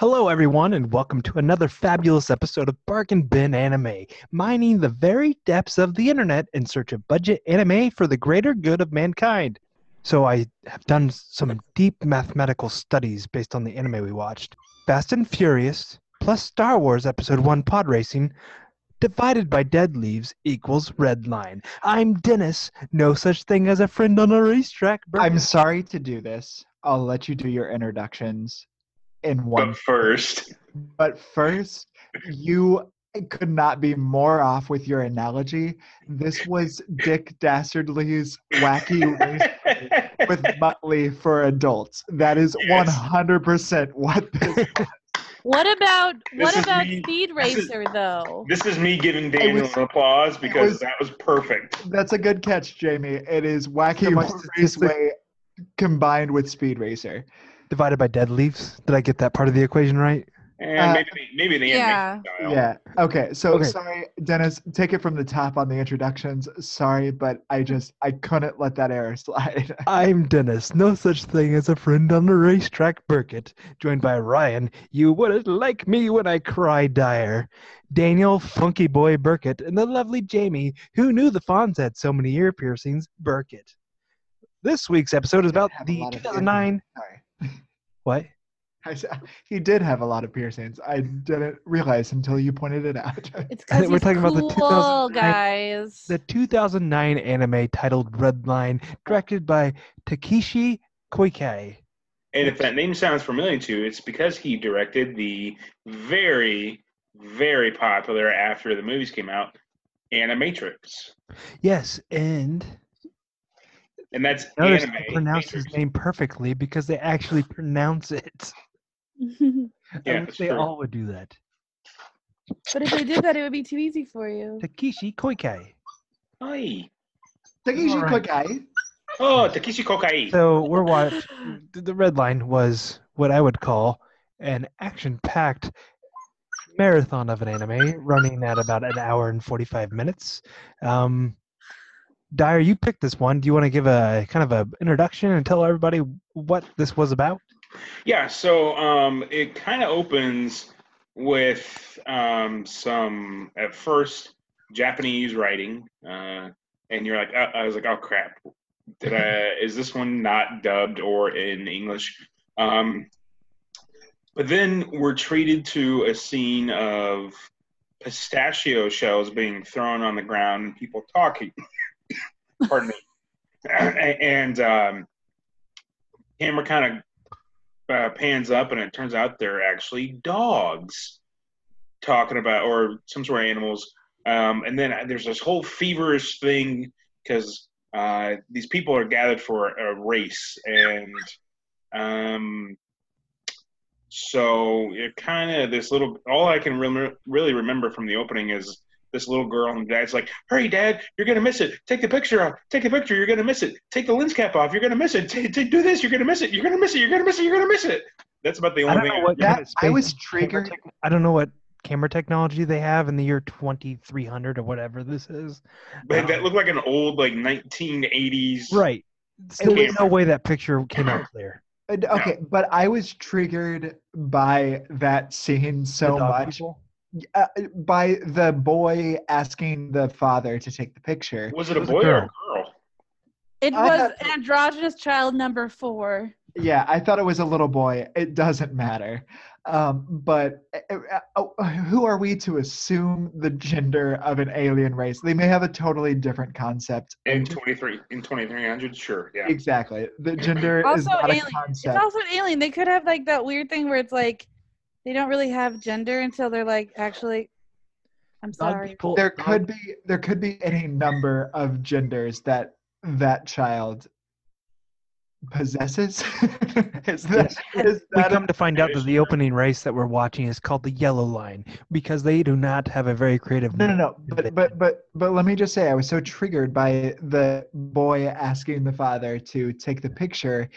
Hello, everyone, and welcome to another fabulous episode of Bargain Bin Anime, mining the very depths of the internet in search of budget anime for the greater good of mankind. So, I have done some deep mathematical studies based on the anime we watched Fast and Furious plus Star Wars Episode 1 Pod Racing divided by dead leaves equals red line. I'm Dennis, no such thing as a friend on a racetrack. bro. I'm sorry to do this. I'll let you do your introductions in one. But first, But first, you could not be more off with your analogy. This was Dick Dastardly's wacky race with Muttley for adults. That is Yes. 100% what this What about what is about me- Speed this is- Racer though? this is me giving Daniel was- an applause because was- that was perfect. That's a good catch, Jamie. It is wacky How much Horse does This this look- Way combined with Speed Racer. divided by dead leaves. Did I get that part of the equation right? And Uh, maybe the, maybe the animation style. Yeah. Okay. So Okay. sorry, Dennis. Take it from the top on the introductions. Sorry, but I just I couldn't let that error slide. I'm Dennis, no such thing as a friend on the racetrack, Burkett, joined by Ryan, you wouldn't like me when I cry dire, Daniel, funky boy Burkett, and the lovely Jamie, who knew the Fonz had so many ear piercings, Burkett. This week's episode is about Have a the lot of ear 2009. Sorry. What? I, s- he did have a lot of piercings. I didn't realize until you pointed it out. It's I because think we're we're talking talking about the cool, 2009 guys. The 2009 anime titled Red Line, directed by Takeshi Koike. And if that name sounds familiar to you, it's because he directed the very, very popular after the movies came out, Animatrix. Yes, and And that's notice anime. I pronounced his Matrix. name perfectly because they actually pronounce it. Yeah, I wish that's they true. all would do that. but if they did that, it would be too easy for you. Takeshi Koike. Hi. Takeshi Alright. Kokai. Oh, Takeshi Kokai. So we're watching. The red line was what I would call an action-packed marathon of an anime, running at about an hour and forty-five minutes. Um, Dyer, you picked this one. Do you want to give a kind of a introduction and tell everybody what this was about? Yeah, so um, it kind of opens with um, some at first Japanese writing, uh, and you're like, I, I was like, oh crap, did I, is this one not dubbed or in English? Um, but then we're treated to a scene of pistachio shells being thrown on the ground and people talking. Pardon me. and um, camera kind of uh, pans up and it turns out they're actually dogs talking about or some sort of animals um, and then I- there's this whole feverish thing because uh, these people are gathered for a race and um, so it kind of this little all i can rem- really remember from the opening is this little girl and dad's like hurry dad you're gonna miss it take the picture off take the picture you're gonna miss it take the lens cap off you're gonna miss it Take- take- do this you're gonna miss it you're gonna miss it you're gonna miss it you're gonna miss it that's about the I only don't thing know I what That- kind of I space was camera triggered. tech- I don't know what camera technology they have in the year twenty-three hundred or whatever this is. But that looked like an old like 1980s. Um, Right. So there's no Camera. way that picture came out clear. Uh, d- Okay, but I was triggered by that scene The so dog much. people? Uh, by the boy asking the father to take the picture. Was it a It was a boy or a girl. girl? It I was have- androgynous child number four. Yeah, I thought it was a little boy. It doesn't matter. Um, but uh, uh, oh, who are we to assume the gender of an alien race? They may have a totally different concept. In Mm-hmm. 23 in 2300, sure, yeah. Exactly. The gender is Also not a alien. It's concept. also an alien. They could have like that weird thing where it's like they don't really have gender until they're like actually. I'm Dog sorry. people. there dog could be there could be any number of genders that that child possesses. is that, is we that a- come to find out that is the opening race that we're watching is called the Yellow Line because they do not have a very creative. No, no, name. no. But but but but let me just say, I was so triggered by the boy asking the father to take the picture,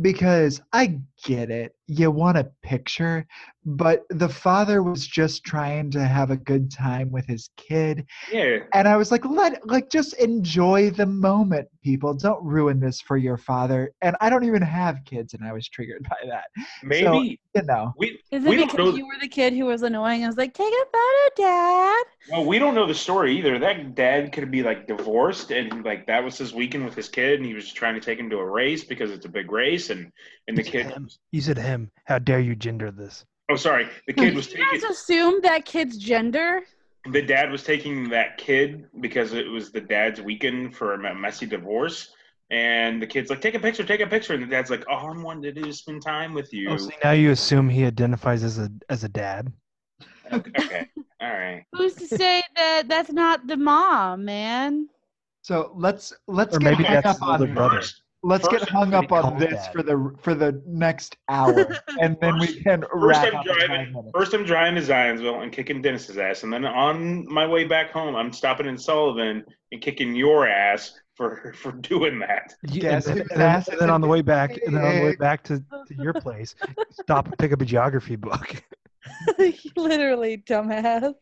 because I get it. you want a picture, but the father was just trying to have a good time with his kid. Yeah. And I was like, let like just enjoy the moment, people. Don't ruin this for your father. And I don't even have kids, and I was triggered by that. Maybe You know. we Is We it don't because know- you were the kid who was annoying? I was like, take a photo, Dad. well we don't know the story either. That dad could be like divorced and like that was his weekend with his kid and he was trying to take him to a race because it's a big race and and the kid Him. You said him. How dare you gender this? oh sorry the kid was Did you taking guys assume that kid's gender? the dad was taking that kid because it was the dad's weekend for a messy divorce and the kid's like take a picture take a picture and the dad's like all I'm wanting to do is spend time with you Oh, so now you assume he identifies as a as a dad. okay, okay. all right Who's to say that that's not the mom, man? So let's let's Or get maybe hung that's up his older on brother. First- let's get First, hung up on call this dad. for the for the next hour, and then we can First wrap I'm up. in five driving. minutes. First I'm driving to Zionsville and kicking Dennis's ass, and then on my way back home, I'm stopping in Sullivan and kicking your ass for for doing that. You- Yes, and, then, his and then- ass and is then in on the the way back, and then on the way bag. back to, to your place, stop and pick up a geography book. Literally, dumbass.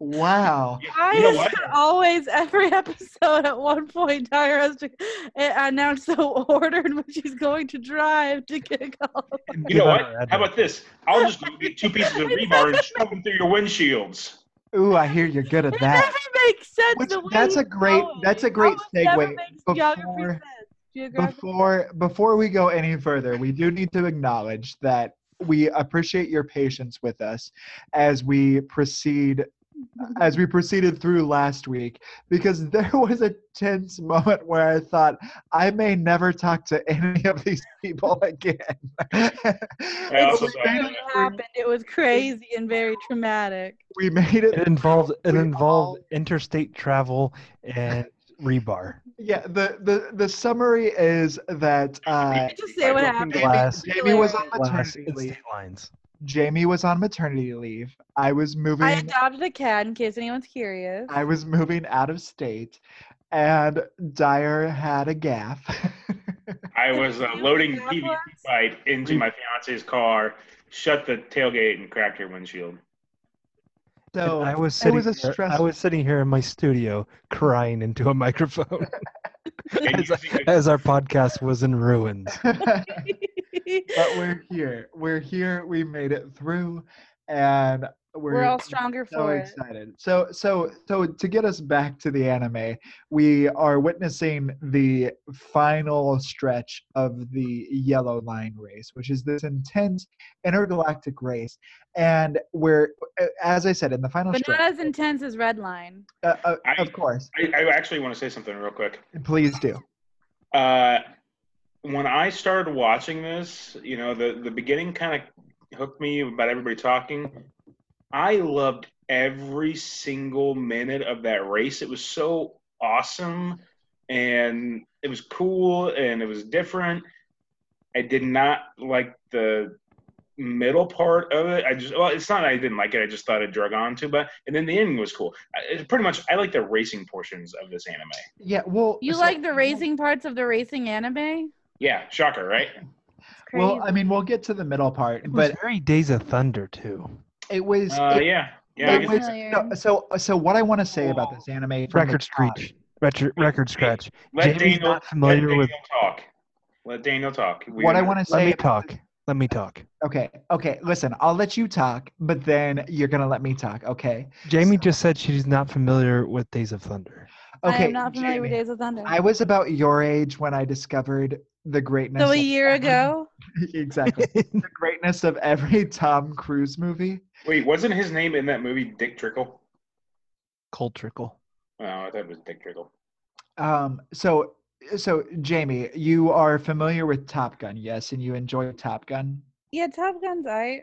Wow. Why You know is what? there always every episode at one point Tyra has to eh, announce the order in which she's going to drive to get a call? You know what? How about this? I'll just go get two pieces of rebar and shove them through your windshields. Ooh, I hear you're good at It that. doesn't make sense. Which- the way that's he's a great- going. that's a great Almost never segue. makes geography Before- sense. Geographic- Before before we go any further, we do need to acknowledge that we appreciate your patience with us as we proceed as we proceeded through last week because there was a tense moment where I thought I may never talk to any of these people again. I also It saw literally that. happened. It was crazy and very traumatic. we made it It involved it We involved interstate travel and rebar. Yeah, the the the summary is that uh, Just say what broken happened. glass. Jamie was on Hilarious. Glass maternity and leave. state lines. Jamie was on maternity leave. I was moving. I I, adopted a cat in case anyone's curious. was moving out of state, and Dyer had a gaff. I was uh, You loading have PVC one? pipe into my fiance's car, shut the tailgate, and cracked her windshield. And so I was it sitting. was a here- I stressful. was sitting here in my studio crying into a microphone And as, using a- as our podcast was in ruins. but we're here. We're here. We made it through, and we're, We're all stronger so for it. excited. So so so to get us back to the anime, we are witnessing the final stretch of the yellow line race, which is this intense intergalactic race, and we're a- as I said in the final But not stretch. as intense as Redline. uh, uh, I- of course, I, I actually want to say something real quick. please do. Uh, when I started watching this, you know, the, the beginning kind of hooked me about everybody talking. I loved every single minute of that race. It was so awesome and it was cool and it was different. I did not like the middle part of it. I just, well, it's not that I didn't like it. I just thought it drug on too, but, and then the ending was cool. I, it- pretty much, I like the racing portions of this anime. Yeah, well, You so- like the racing parts of the racing anime? Yeah, shocker, right? It's crazy. Well, I mean, we'll get to the middle part, It was but very Days of Thunder too. it was. Uh, it- yeah, yeah. I it guess That's was- it's- familiar. no, so so what I want to say about this anime from the Record top- scratch. Record, record scratch. let Jamie's Daniel, not let familiar Daniel with. talk. Let Daniel talk. We What I are- want to say Let me about talk. Let me talk. Okay, okay, listen, I'll let you talk, but then you're gonna let me talk, okay? Jamie just said she's not familiar with Days of Thunder. Okay. I am not familiar with Jamie, Days of Thunder. I was about your age when I discovered the greatness so of a year every- ago, exactly. the greatness of every Tom Cruise movie. Wait, wasn't his name in that movie Dick Trickle? Cold trickle. Oh, I thought it was Dick Trickle. Um so so Jamie, you are familiar with Top Gun, yes, and you enjoy Top Gun? yeah, Top Gun's I.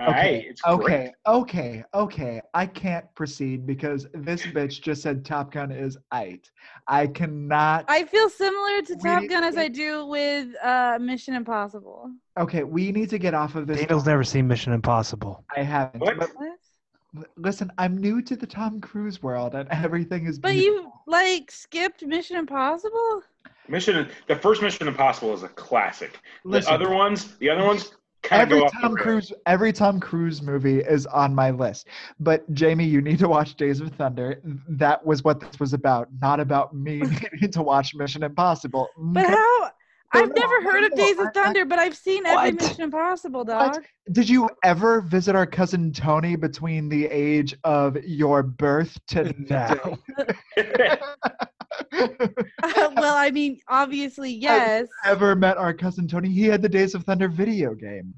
All right, Uh, it's great. Okay, okay, okay. I can't proceed because this bitch just said Top Gun is it. I cannot I feel similar to We Top need- Gun as I do with uh, Mission Impossible. Okay, we need to get off of this. Daniel's never seen Mission Impossible. I haven't. What? but What? L- Listen, I'm new to the Tom Cruise world, and everything is. But you like skipped Mission Impossible? Mm-hmm. Mission, the first Mission Impossible is a classic. Listen, The other ones, the other ones, Kinda Every go off the Tom rails. Cruise, every Tom Cruise movie is on my list. But Jamie, you need to watch Days of Thunder. That was what this was about, not about me needing to watch Mission Impossible. But how? No, I've no, never no, heard of no, Days I- I- of Thunder, but I've seen What? every Mission Impossible, What? dog. Did you ever visit our cousin Tony between the age of your birth to now? No. well, I mean, obviously, yes. ever met our cousin Tony? He had the Days of Thunder video game.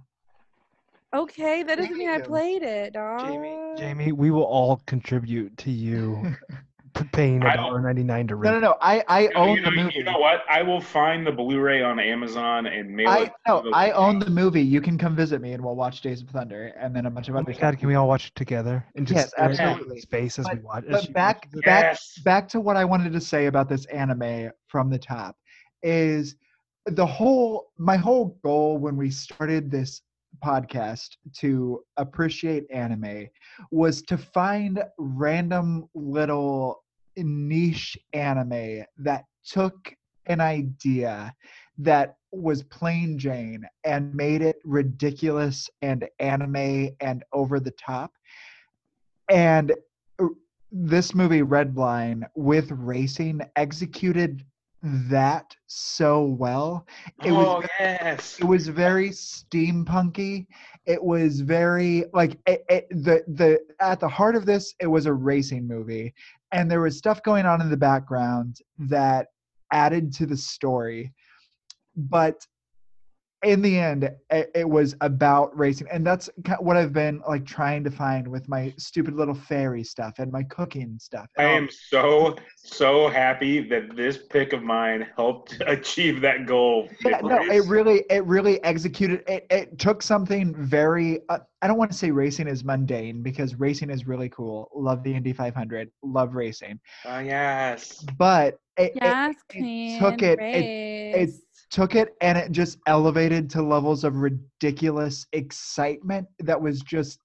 Okay, that doesn't mean I Damn. played it, dog. Jamie, Jamie, we will all contribute to you p- paying I a don't- dollar ninety nine to No, rent. no, no. I, I You know- own you, the know, movie. you know what? I will find the Blu-ray on Amazon and mail I it. no, to I own the movie. You can come visit me, and we'll watch Days of Thunder, and then a bunch of Oh other. my god, can we all watch it together and just Yes, stare at absolutely. space as we watch? as but she back- watches it? back- Yes. back to what I wanted to say about this anime from the top is the whole my whole goal when we started this podcast to appreciate anime was to find random little niche anime that took an idea that was plain Jane and made it ridiculous and anime and over the top and this movie Red Line with racing executed that so well. it was- oh yes. It was very steampunky. It was very like it, it, the the at the heart of this it was a racing movie and there was stuff going on in the background that added to the story. But in the end it, it was about racing and that's ki- what I've been like trying to find with my stupid little fairy stuff and my cooking stuff. I and all- am so so happy that this pick of mine helped achieve that goal. Yeah, uh, no, it Nicholas. really, it really executed. It, it took something very. Uh, I don't want to say racing is mundane because racing is really cool. Love the Indy 500. Love racing, Oh, yes. but it, it Yes, it Queen. took it- Race. it took it and it just elevated to levels of ridiculous excitement that was just.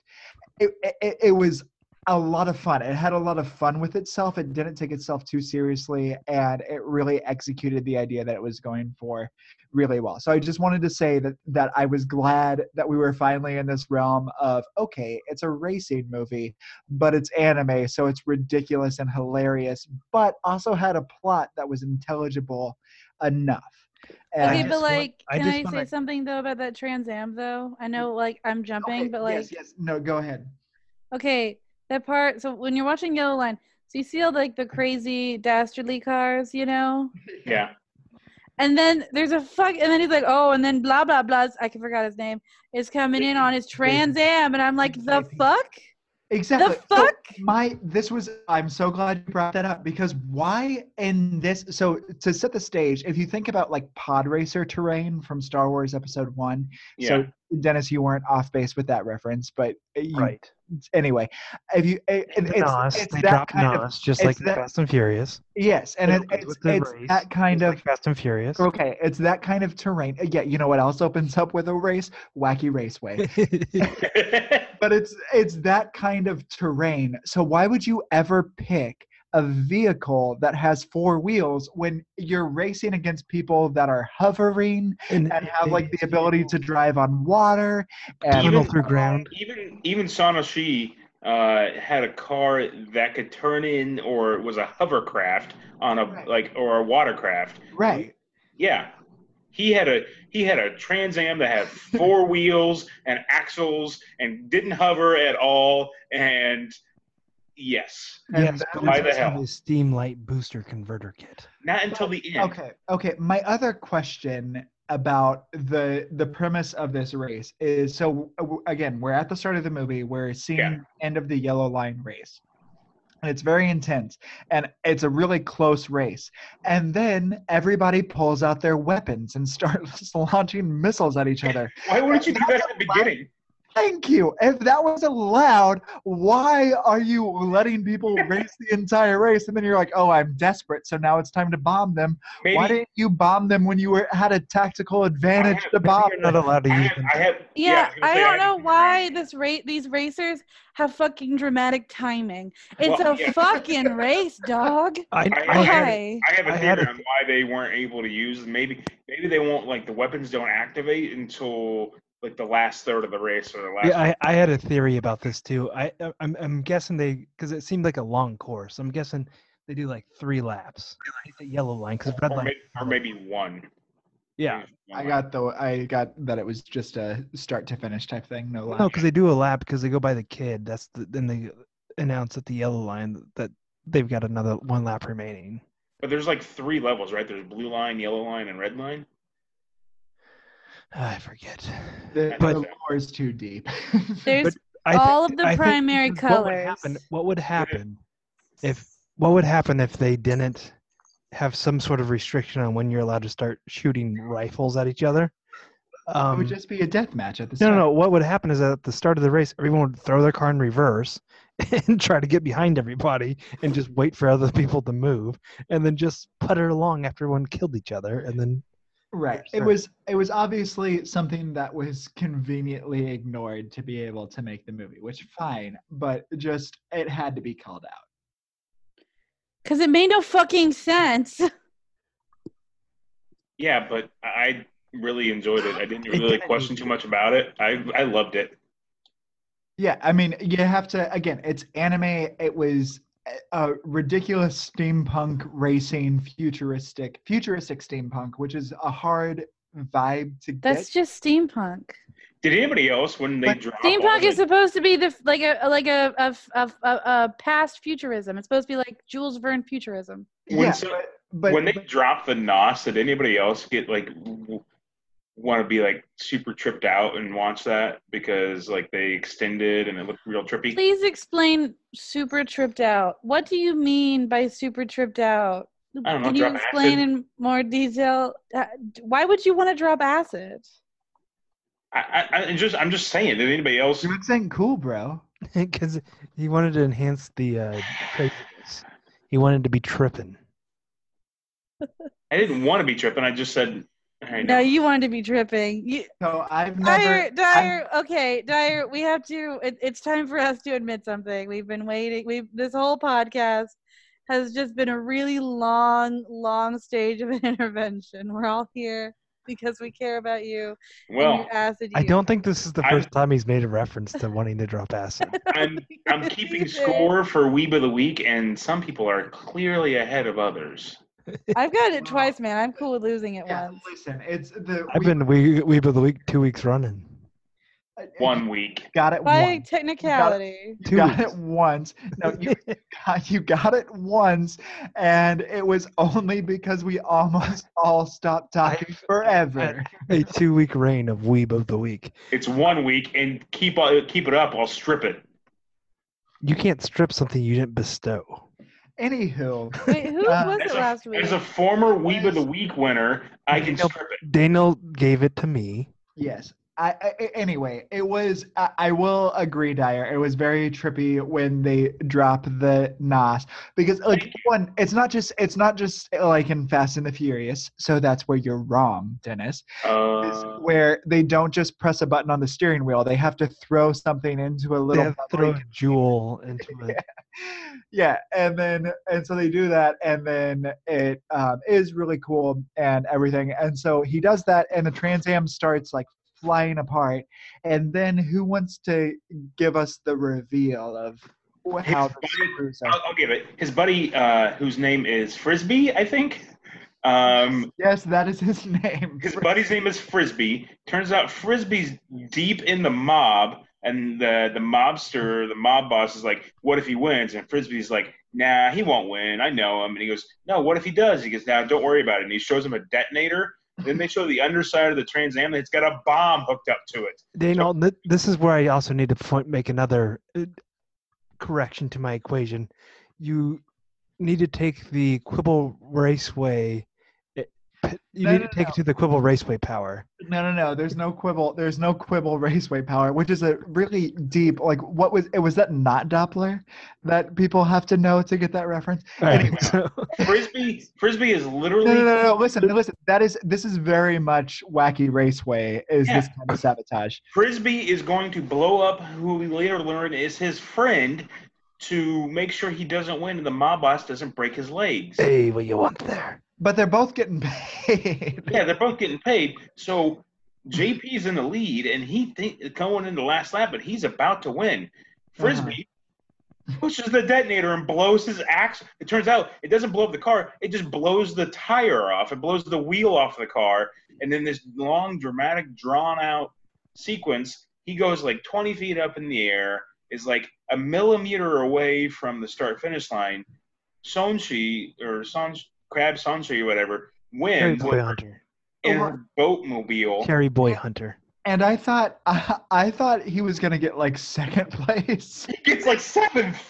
It, it, it was a lot of fun. It had a lot of fun with itself. It didn't take itself too seriously, and it really executed the idea that it was going for really well. So I just wanted to say that that I was glad that we were finally in this realm of okay, it's a racing movie, but it's anime, so it's ridiculous and hilarious, but also had a plot that was intelligible enough. And I okay, just but want- like, I can just I, say wanna- something though about that Trans Am though? I know, like, I'm jumping, Okay, but like, yes, yes, no, go ahead. okay, that part. So when you're watching Yellow Line, so you see all like the crazy dastardly cars, you know, Yeah. and then there's a fuck, and then he's like, oh, and then blah blah blah. I can forgot his name is coming in on his Trans Am, and I'm like, the Jason. fuck, Exactly. the So- fuck. my this was i'm so glad you brought that up because why in this so to set the stage if you think about like pod racer terrain from star wars episode one Yeah. so dennis you weren't off base with that reference but you, Right. anyway if you it, It's, it's, Nos, it's they that drop kind of Nos, just it's like in that- Fast and Furious. yes and It it, opens it's, with the it's race, that kind just of like Fast and Furious. okay it's that kind of terrain yeah you know what else opens up with a race wacky raceway but it's it's that kind of terrain so why would you ever pick a vehicle that has four wheels when you're racing against people that are hovering and have like the ability to drive on water and tunnel through ground. even even Sanoshi uh, had a car that could turn in, or was a hovercraft on a Right. like, or a watercraft. right Yeah. He had a he had a Trans Am that had four wheels and axles and didn't hover at all. And yes, and Yes, that but was why the it's hell? the steam light booster converter kit. not until the end. okay okay my other question about the the premise of this race is so uh, w- again we're at the start of the movie we're seeing Yeah. end of the yellow line race and it's very intense and it's a really close race and then everybody pulls out their weapons and starts launching missiles at each other Why wouldn't you do that at the Why- beginning? thank you if that was allowed why are you letting people race the entire race and then you're like oh i'm desperate so now it's time to bomb them Maybe why didn't you bomb them when you were had a tactical advantage I- to bomb? You're them? not allowed to I use had, them. I had, Yeah, was gonna I say, don't had know to why this rate these racers have fucking dramatic timing. It's Well, a yeah. fucking race, dog. I, I- I- had- Why? I have a I theory had a- on why they weren't able to use. Maybe maybe they won't like the weapons don't activate until like the last third of the race or the last. Yeah, I, I had a theory about this too. I I- I'm I'm guessing they because it seemed like a long course. I'm guessing they do like three laps. Hit the yellow line because red or, line. maybe, or maybe one. Yeah. I got the I got that it was just a start to finish type thing. No, No, line. because they do a lap because they go by the kid. That's the, then they announce at the yellow line that they've got another one lap remaining. But there's like three levels, right? There's blue line, yellow line, and red line. I forget. the, but- the lore is too deep. There's I thi- all of the I think primary because What would happen, colors. what would happen if what would happen if they didn't have some sort of restriction on when you're allowed to start shooting rifles at each other? it Um, would just be a death match at the no, start. no, no. What would happen is that at the start of the race, everyone would throw their car in reverse and try to get behind everybody and just wait for other people to move and then just putter along after everyone killed each other. And then, Right. It Sure. was it was obviously something that was conveniently ignored to be able to make the movie, which fine, but just it had to be called out. Because it made no fucking sense. Yeah, but I- I really enjoyed it. I didn't It really didn't. question too much about it. I I loved it. Yeah, I mean, you have to again, it's anime, it was a- a ridiculous steampunk racing futuristic futuristic steampunk, which is a hard vibe to That's get. just steampunk. Did anybody else when they But dropped? Steampunk is supposed to be the f- like a like a a, a, a, a past futurism. It's supposed to be like Jules Verne futurism. when yeah, so- but, but when they dropped the nos, did anybody else get like want to be like super tripped out and watch that because like they extended and it looked real trippy? Please explain super tripped out. What do you mean by super tripped out? I don't know, Can you drop explain acid. in more detail? Uh, d- Why would you want to drop acid? I, I, I I'm just I'm just saying. Did anybody else? you're saying cool, bro. because he wanted to enhance the uh, craziness, he wanted to be tripping. I didn't want to be tripping. I just said. I No, know. you wanted to be tripping. You, So I've Dyer, never Dyer, okay, Dyer, we have to. It, it's time for us to admit something. We've been waiting. We have this whole podcast has just been a really long, long stage of intervention. We're all here because we care about you. and well, your acid I use. don't think this is the I- first time he's made a reference to wanting to drop acid. I'm I'm keeping Either. score for Weeb of the Week, and some people are clearly ahead of others. I've got it twice, man. I'm cool with losing it yeah, once. listen, it's the I've been we we've been the week two weeks running. we- One week. uh, got it By once. technicality. You got Dude. it once. No, you got, you got it once, and it was only because we almost all stopped talking forever. a two week reign of weeb of the week. It's one week, and keep keep it up. I'll strip it. You can't strip something you didn't bestow. Anywho, Wait, who Uh, was as it a- last week? As a former Weeb of the Week winner, I can Nope. strip it. Daniel gave it to me. yes. I, I I- anyway, it was. I, I will agree, Dyer. It was very trippy when they drop the Nas because, like, one, it's not just it's not just like in Fast and the Furious. So that's where you're wrong, Dennis. is Uh, where they don't just press a button on the steering wheel. They have to throw something into a They little have to throw bubbly- a jewel into it. yeah, and then and so they do that, and then it um, is really cool and everything. And so he does that, and the Trans Am starts like flying apart. And then who wants to give us the reveal of wh- how the screws I'll, are? I'll give it. His buddy, uh, whose name is Frisbee, I think. Um, Yes, that is his name. his buddy's name is Frisbee. Turns out Frisbee's deep in the mob, and the the mobster, the mob boss, is like, "What if he wins?" And Frisbee's like, "Nah, he won't win. I know him." And he goes, "No, what if he does?" He goes, "Nah, don't worry about it." And he shows him a detonator. Then they show the underside of the Trans Am. It's got a bomb hooked up to it. Daniel, th- this is where I also need to point, make another uh, correction to my equation. You need to take the Quibble Raceway. it- You No, need no, to take no. it to the Quibble Raceway power. No, no, no. There's no quibble. There's no quibble raceway power, which is a really deep. Like, what was it? Was that not Doppler that people have to know to get that reference? All right, Anyway. so- Frisbee, Frisbee is No, literally no, no, no. Listen, listen. That is this is very much wacky raceway. Is this Yeah. kind of sabotage? Frisbee is going to blow up who we later learn is his friend to make sure he doesn't win and the mob boss doesn't break his legs. hey, what you want there? But they're both getting paid. Yeah, they're both getting paid. So JP's in the lead, and he think going into the last lap, but he's about to win. Frisbee pushes the detonator and blows his axe. It turns out it doesn't blow up the car; it just blows the tire off. It blows the wheel off the car, and then this long, dramatic, drawn-out sequence. He goes like 20 feet up in the air, is like a millimeter away from the start-finish line. Sonshi or Son Crab Sonshi, whatever, Terry wins Boy Hunter. in her boatmobile. Terry Boy Hunter. And I thought I, I thought he was gonna get like second place He gets like seventh.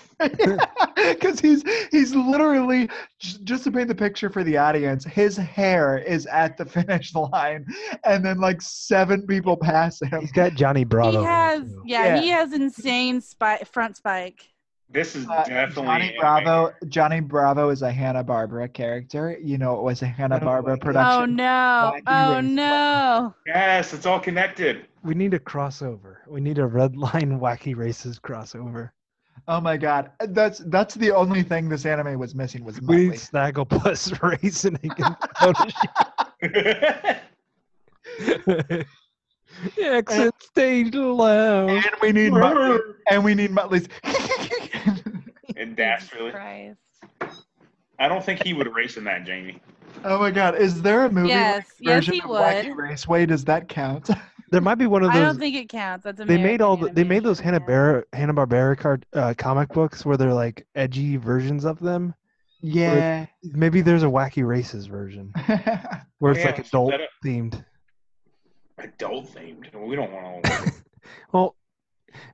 because he's he's literally j- just to paint the picture for the audience. His hair is at the finish line, and then like seven people pass him. He's got Johnny Bravo. in he it, has, too. yeah, Yeah. he has insane spike front spike. This is Uh, definitely Johnny Bravo. Johnny Bravo is a Hanna Barbera character. You know, it was a Hanna Barbera production. Oh no! Wacky Oh race. no! Yes, it's all connected. We need a crossover. We need a red line wacky races crossover. Oh my god, that's that's the only thing this anime was missing We was Motley. need Snagglepuss racing against Photoshop. Exit stage left. and we need Muttley, and and we need Muttley's. that's really. Christ. I don't think he would race in that, Jamie. oh my god, is there a movie Yes, yes, version he of Wacky would. Raceway? Does that count? There might be one of I those. don't think it counts. That's They made American all the, they made those Hanna Barbera animation, Hanna Barbera card uh, comic books where they're like edgy versions of them. yeah. Maybe there's a wacky races version where it's Oh, Yeah, like let's set adult it up. themed. Adult themed. We don't want to. Well,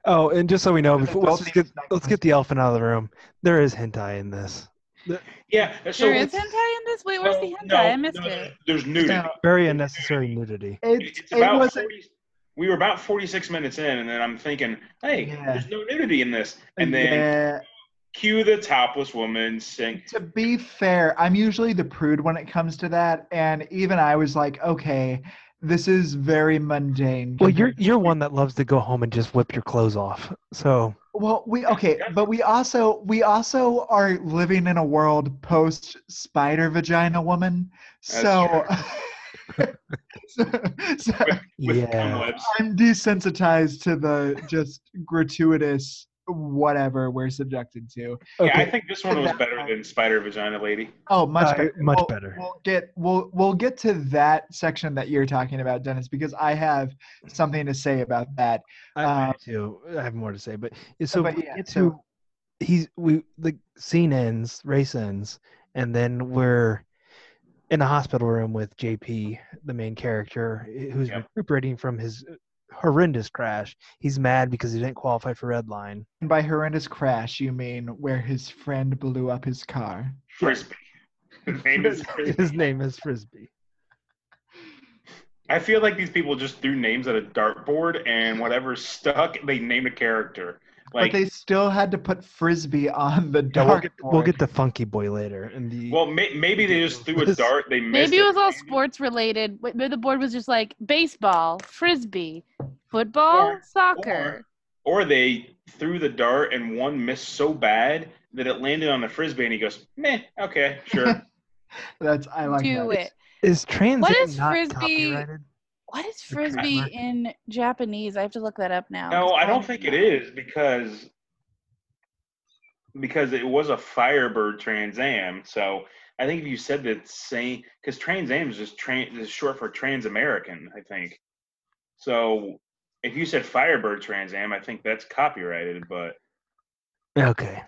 oh, and just so we know, There's before, adult let's just get themed let's get the elephant out of the room. There is hentai in this. yeah. So There it's- is hentai in this. Wait, where's the no, hentai? no, I missed no, it. There's nudity. No, Very unnecessary nudity. It, It's it about was 40 we were about 46 minutes in, and then I'm thinking, hey, Yeah. there's no nudity in this. And then yeah. cue the topless woman sing. To be fair, I'm usually the prude when it comes to that, and even I was like, okay, this is very mundane. Well, you're compared you're one that loves to go home and just whip your clothes off. So Well, we okay, but we also we also are living in a world post spider vagina woman. That's So, so, so With yeah, cumlibs. I'm desensitized to the just gratuitous whatever we're subjected to. Yeah, I okay, think this one was better than Spider Vagina Lady. Oh, much Uh, better. much We'll- better. We'll get we'll we'll get to that section that you're talking about, Dennis, because I have something to say about that. I, I uh, too. I have more to say, but yeah, so but we yeah, get to so- he's we the scene ends, race ends, and then we're in a hospital room with JP, the main character, eh, who's Yep. recuperating from his horrendous crash. He's mad because he didn't qualify for red line. And by horrendous crash, you mean where his friend blew up his car. Frisbee. His name is Frisbee. His name is Frisbee. I feel like these people just threw names at a dartboard and whatever stuck, they named a character. Like, but they still had to put frisbee on the Yeah, we'll dark. get we'll get to Funky Boy later. And the well, may, maybe they just threw a dart. They missed Maybe it was it. all sports related. but Maybe the board was just like baseball, frisbee, football, Or- soccer. Or they threw the dart and one missed so bad that it landed on the frisbee, and he goes, "Meh, okay, sure." That's I like Do that. it. is transit What is not Frisbee- copyrighted? What is The trademark. frisbee in Japanese? I have to look that up now. no, 'cause I don't think it is because because it was a Firebird Trans Am. So I think if you said that same, because Trans Am is just trans is short for Trans American, I think. So if you said Firebird Trans Am, I think that's copyrighted, but Okay.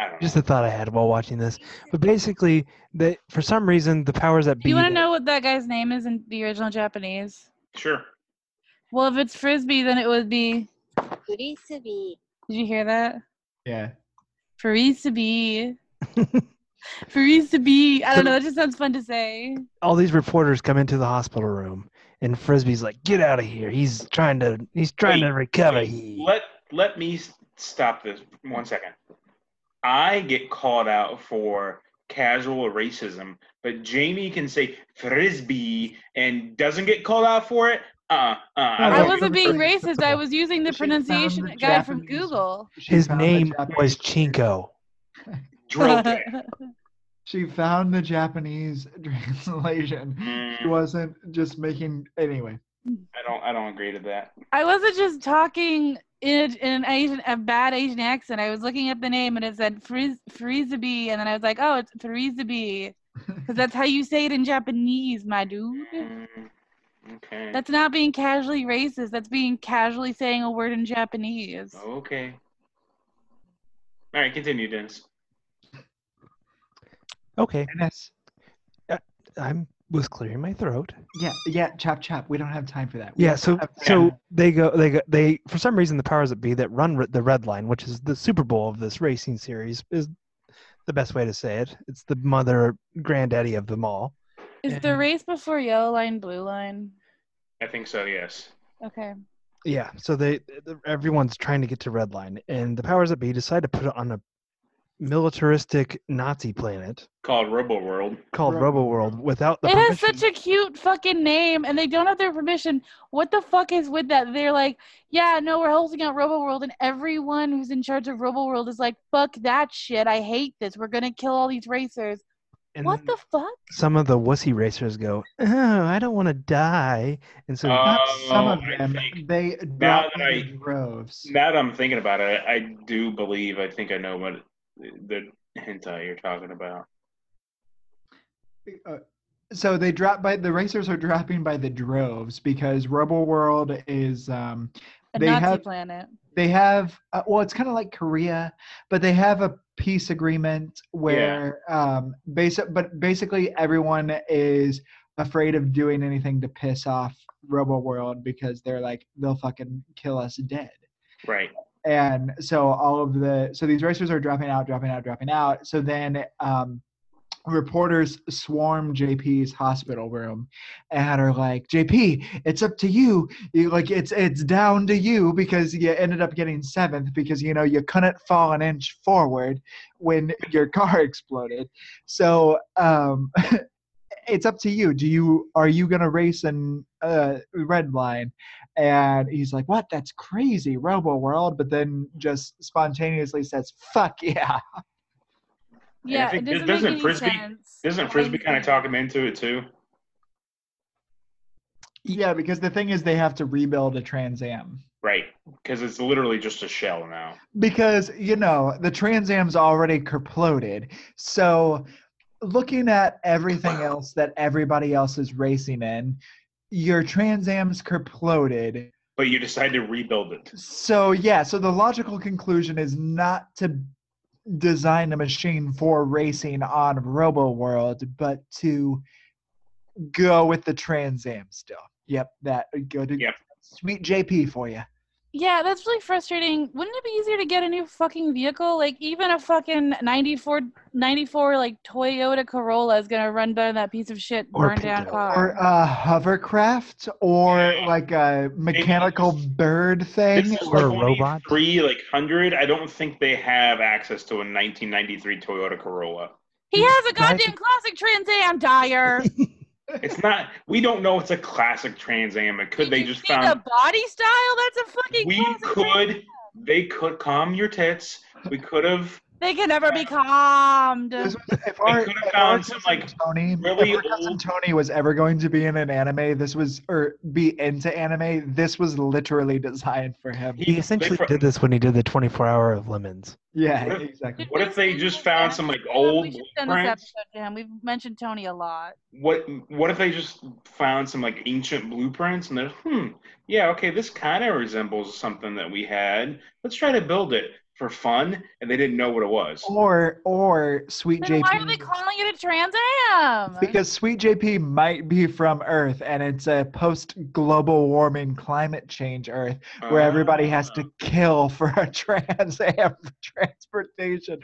I don't know. just a thought I had while watching this. But basically, that for some reason the powers that Do be. you want to that- know what that guy's name is in the original Japanese? sure. Well, if it's frisbee, then it would be. フリスビー。 Did you hear that? Yeah. Frisbee. Frisbee. I don't know. That just sounds fun to say. all these reporters come into the hospital room, and Frisbee's like, "Get out of here! He's trying to he's trying to recover." He Let let me s- stop this one second. I get called out for casual racism, but Jamie can say frisbee and doesn't get called out for it. Uh, uh, I I like wasn't the being Frisbee racist. I symbol. was using the She found pronunciation the guide from Japanese Google. She his found the name Japanese- was Chinko. drilled it. She found the Japanese translation. She Mm, wasn't just making anyway. I don't. I don't agree to that. I wasn't just talking in, in an Asian, a bad Asian accent. I was looking at the name and it said Friz, Frizabee, and then I was like, oh, it's Frizabee, because that's how you say it in Japanese, my dude. Mm, okay. That's not being casually racist. That's being casually saying a word in Japanese. okay. All right, continue, Dennis. Okay, Dennis. I was clearing my throat. Yeah, yeah, chop chop. We don't have time for that. We Yeah, don't so have time. so they go they go they for some reason the powers that be that run r- the red line, which is the Super Bowl of this racing series, is the best way to say it. It's the mother granddaddy of them all. Is the race before yellow line blue line? I think so. Yes. Okay. Yeah, so they th- everyone's trying to get to red line, and the powers that be decide to put it on a militaristic Nazi planet Called Robo World. called Right. Robo World without the it has permission. such a cute fucking name, and they don't have their permission. What the fuck is with that? They're like, yeah, no, we're holding out Robo World, and everyone who's in charge of Robo World is like, fuck that shit. I hate this. We're gonna kill all these racers. and what then the fuck? some of the wussy racers go, "Oh, I don't want to die," and so Uh, Not some Oh, of I them. think- They drop that I- in droves. Now that I'm thinking about it, I, I do believe. I think I know what the hentai you're talking about. Uh, so they drop by the racers are dropping by the droves because Rebel World is um A They Nazi have- planet. they have uh, well it's kind of like Korea but they have a peace agreement where um basic but basically everyone is afraid of doing anything to piss off Rebel World because they're like they'll fucking kill us dead Right. and so all of the so these racers are dropping out dropping out dropping out so then um reporters swarm jp's hospital room and are like jp it's up to you. you like it's it's down to you because you ended up getting seventh because you know you couldn't fall an inch forward when your car exploded so um it's up to you do you are you gonna race in uh red line and he's like, "What? That's crazy, Robo World!" But then just spontaneously says, "Fuck yeah!" Yeah, I Yeah, it think- doesn't, doesn't make any Frisbee- sense. Doesn't Frisbee kind of talk him into it too? Yeah, because the thing is, they have to rebuild a Trans Am Right. Because it's literally just a shell now. because you know the Trans Am's already kerploded. So, looking at everything else that everybody else is racing in, your Trans Am's kerploded. But you decide to rebuild it. So yeah, so the logical conclusion is not to design a machine for racing on Robo World, but to go with the Trans Am still. Yep, that go to Yep. sweet JP for you. Yeah, that's really frustrating. Wouldn't it be easier to get a new fucking vehicle? Like even a fucking 94, 94 like Toyota Corolla is gonna run better than that piece of shit Or burned down Pinto. car. Or a hovercraft, or Yeah. like a mechanical Maybe- bird thing. This is Or a like robot. Three like hundred. I don't think they have access to a 1993 Toyota Corolla. he has a Right. goddamn classic Trans Am, Dyer. It's not. We don't know. It's a classic Trans Am. It could Did they you just see the found? body style? That's a fucking We classic Trans- could. They could calm your tits. We could have They can never be calmed. This was- if We our, could've if found our some, cousin like, Tony, really if our cousin old- Tony was ever going to be in an anime, this was or be into anime. This was literally designed for him. He- He essentially pro- did this when he did the 24 hour of lemons. yeah, What if- exactly. what if they we just send found this some, like, episode? old We should send this blueprints? episode to him. We've mentioned Tony a lot. what what if they just found some like ancient blueprints and they're hmm yeah okay this kind of resembles something that we had let's try to build it for fun and they didn't know what it was Or or Sweet JP. Then why are they calling it a Trans Am? because Sweet JP might be from Earth, and it's a post-global warming, climate change Earth where everybody has Oh, to Ah. kill for a trans am transportation.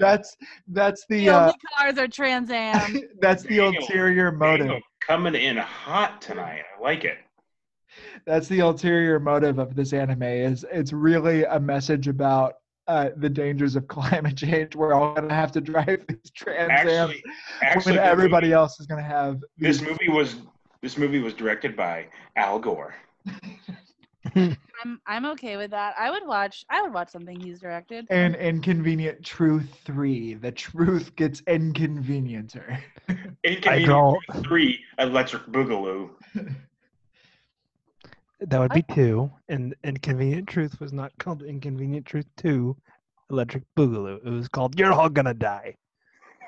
That's that's the the uh, only cars are Trans Am. that's the Daniel, ulterior motive. Daniel, coming in hot tonight i like it that's the ulterior motive of this anime is it's really a message about uh, the dangers of climate change we're all going to have to drive these trans Am actually actually when this everybody movie- else is going to have this these- movie was this movie was directed by al gore I'm I'm okay with that. I would watch I would watch something he's directed. and inconvenient truth 3 the truth gets inconvenienter I Inconvenient don't. three electric boogaloo That would be two. And Inconvenient Truth was not called Inconvenient Truth 2 Electric Boogaloo. It was called You're All Gonna Die.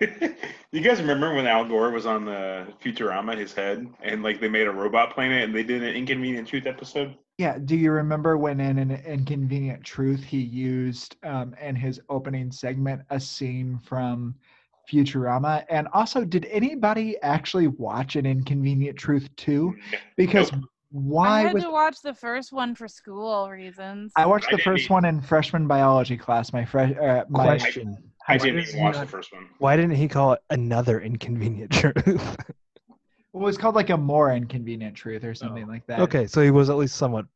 you guys remember when Al Gore was on the Futurama, his head, and like they made a robot planet, and they did an Inconvenient Truth episode? Yeah. Do you remember when in an inconvenient truth he used um, in his opening segment a scene from Futurama? And also, did anybody actually watch an inconvenient truth too? Because I why had was to watch the first one for school reasons. I watched I the didn't first either. one in freshman biology class. My fresh uh, my Question. I Why didn't is even watch not- the first one. Why didn't he call it Another Inconvenient Truth? Well, it's called like a more inconvenient truth Oh. or something like that. okay, so he was at least somewhat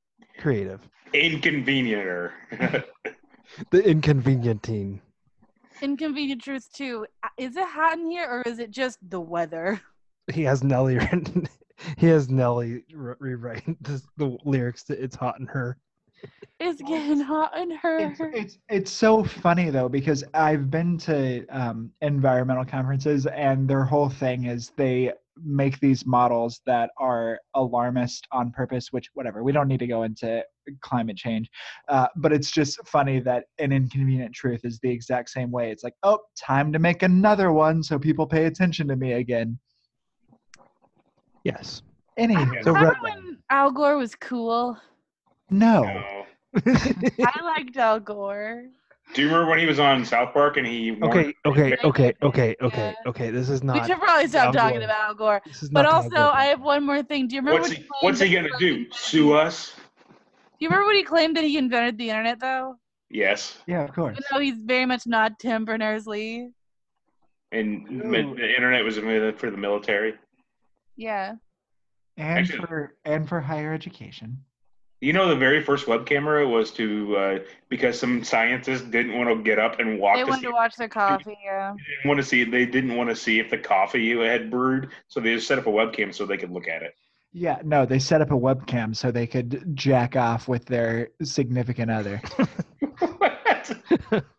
creative. Inconvenienter. The Inconvenient Teen. Inconvenient Truth too. Is it hot in here or is it just the weather? He has Nelly. written- he has Nelly re- rewrite this, the lyrics to "It's Hot in Her." It's getting hot in It's, her. it's it's so funny though because I've been to um, environmental conferences and their whole thing is they make these models that are alarmist on purpose. Which whatever we don't need to go into climate change, uh, but it's just funny that an inconvenient truth is the exact same way. It's like oh, time to make another one so people pay attention to me again. Yes. Anywho, So Remember Red when Al Gore was cool? Oh. no. No. I liked Al Gore. Do you remember when he was on South Park and he won? Okay. Okay. Okay. Yeah. Okay. Okay. Okay. This is We not. should probably stop Al talking Gore. about Al Gore. This is But not also, the right I word. have one more thing. Do you remember What's when he, what's he claimed gonna that do? fucking- Sue us? Do you remember when he claimed that he invented the internet though? Yes. Yeah, of course. Even though he's very much not Tim Berners Lee. And the mi- Ooh. the internet was invented for the military. Yeah. And Actually- for and for higher education. You know, the very first web camera was to uh, because some scientists didn't want to get up and walk. They to wanted see, to watch their coffee, yeah. didn't want to see. They didn't want to see if the coffee had brewed, so they just set up a webcam so they could look at it. Yeah, no, they set up a webcam so they could jack off with their significant other.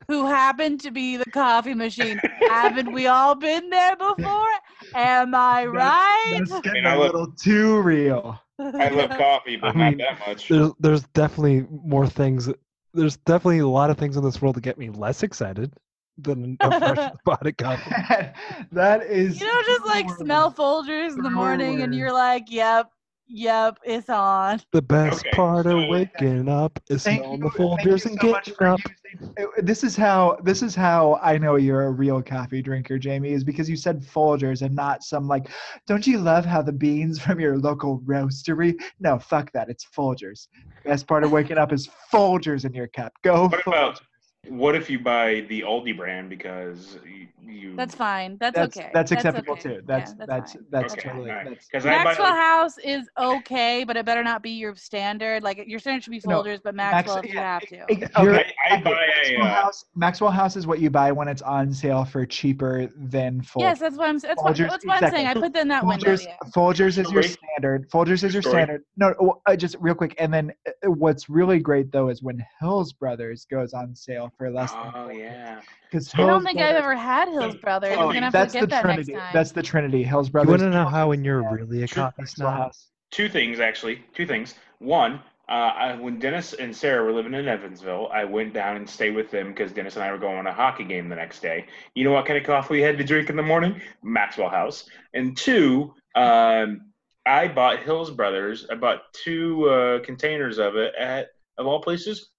Who happened to be the coffee machine. Haven't we all been there before? Am I right? That's getting And I a look- little too real. I love coffee, but I not mean, that much. there's there's definitely more things. There's definitely a lot of things in this world that get me less excited than a fresh spot of coffee. that is. You know, just like horrible. smell Folgers in the morning and you're like, yep, yep, it's on. The best Okay, part of so- waking up is Thank smelling the you- thank you Folgers so and much getting for up. using- Uh, This is how this is how I know you're a real coffee drinker, Jamie, is because you said Folgers and not some like, don't you love how the beans from your local roastery? No, fuck that. It's Folgers. Best part of waking up is Folgers in your cup. Go. What Folgers. about- What if you buy the Aldi brand because you? you That's fine. That's, that's okay. that's acceptable okay. too. Yeah, That's that's fine. that's, Okay, totally alright. that's, 'Cause I buy Maxwell House is okay, but it better not be your standard. Like your standard should be No, Folgers, but Maxwell if you yeah, have e- to. e- You're- okay. I, I buy a. Maxwell Uh, House, Maxwell House is what you buy when it's on sale for cheaper than Folgers. Yes, that's what I'm. That's what, Folgers, that's what I'm saying. I exactly. put that in that window. Folgers, Yeah. Folgers is your Story. standard. Folgers is your Story. standard. No, no, uh, just real quick, and then uh, what's really great though is when Hills Brothers goes on sale for less. than oh Folgers. yeah. 'Cause I don't Hill's think I've Brothers- ever had Hills Brothers. I'm Oh, gonna have that's to the get that Trinity. next time. That's the Trinity. Hills You Brothers. want to know how when you're really a Sure, coffee Maxwell snob? House. two things actually two things one uh, I, when dennis and sarah were living in evansville i went down and stayed with them because dennis and i were going on a hockey game the next day you know what kind of coffee we had to drink in the morning maxwell house and two um, i bought hills brothers i bought two uh, containers of it at of all places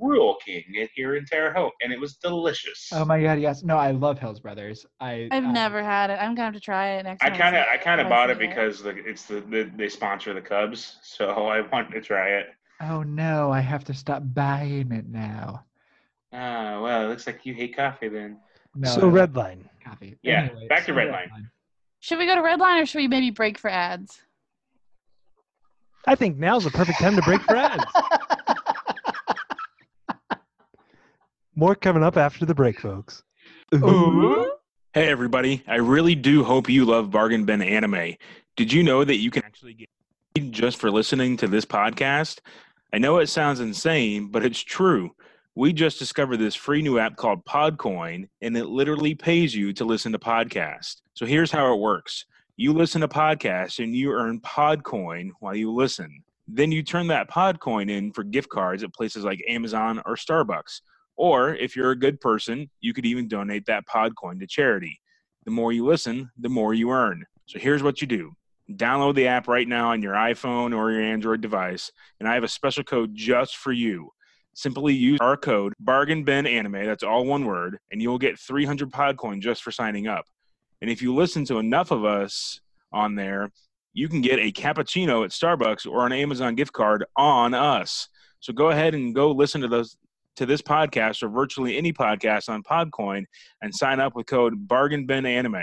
rural king in- here in terre haute and it was delicious Oh my God! Yes. No, I love Hills Brothers. I. I've I- never had it. I'm gonna have to try it next I time. kind of see I kind if of bought it see because the, it's the, the they sponsor the Cubs, so I wanted to try it. Oh no! I have to stop buying it now. Ah, well, it looks like you hate coffee then. No, so I love red line. coffee. Yeah, back to so Red Line. Should we go to Redline or should we maybe break for ads? I think now's the perfect time to break friends. More coming up after the break, folks. Hey, everybody. I really do hope you love Bargain Bin Anime. Did you know that you can actually get paid just for listening to this podcast? I know it sounds insane, but it's true. We just discovered this free new app called Podcoin, and it literally pays you to listen to podcasts. So here's how it works you listen to podcasts, and you earn Podcoin while you listen. Then you turn that pod coin in for gift cards at places like Amazon or Starbucks. Or if you're a good person, you could even donate that pod coin to charity. The more you listen, the more you earn. So here's what you do download the app right now on your iPhone or your Android device, and I have a special code just for you. Simply use our code bargain bin anime, that's all one word, and you'll get 300 Podcoin just for signing up. And if you listen to enough of us on there, you can get a cappuccino at Starbucks or an Amazon gift card on us. So go ahead and go listen to those to this podcast or virtually any podcast on Podcoin and sign up with code bargain bin anime.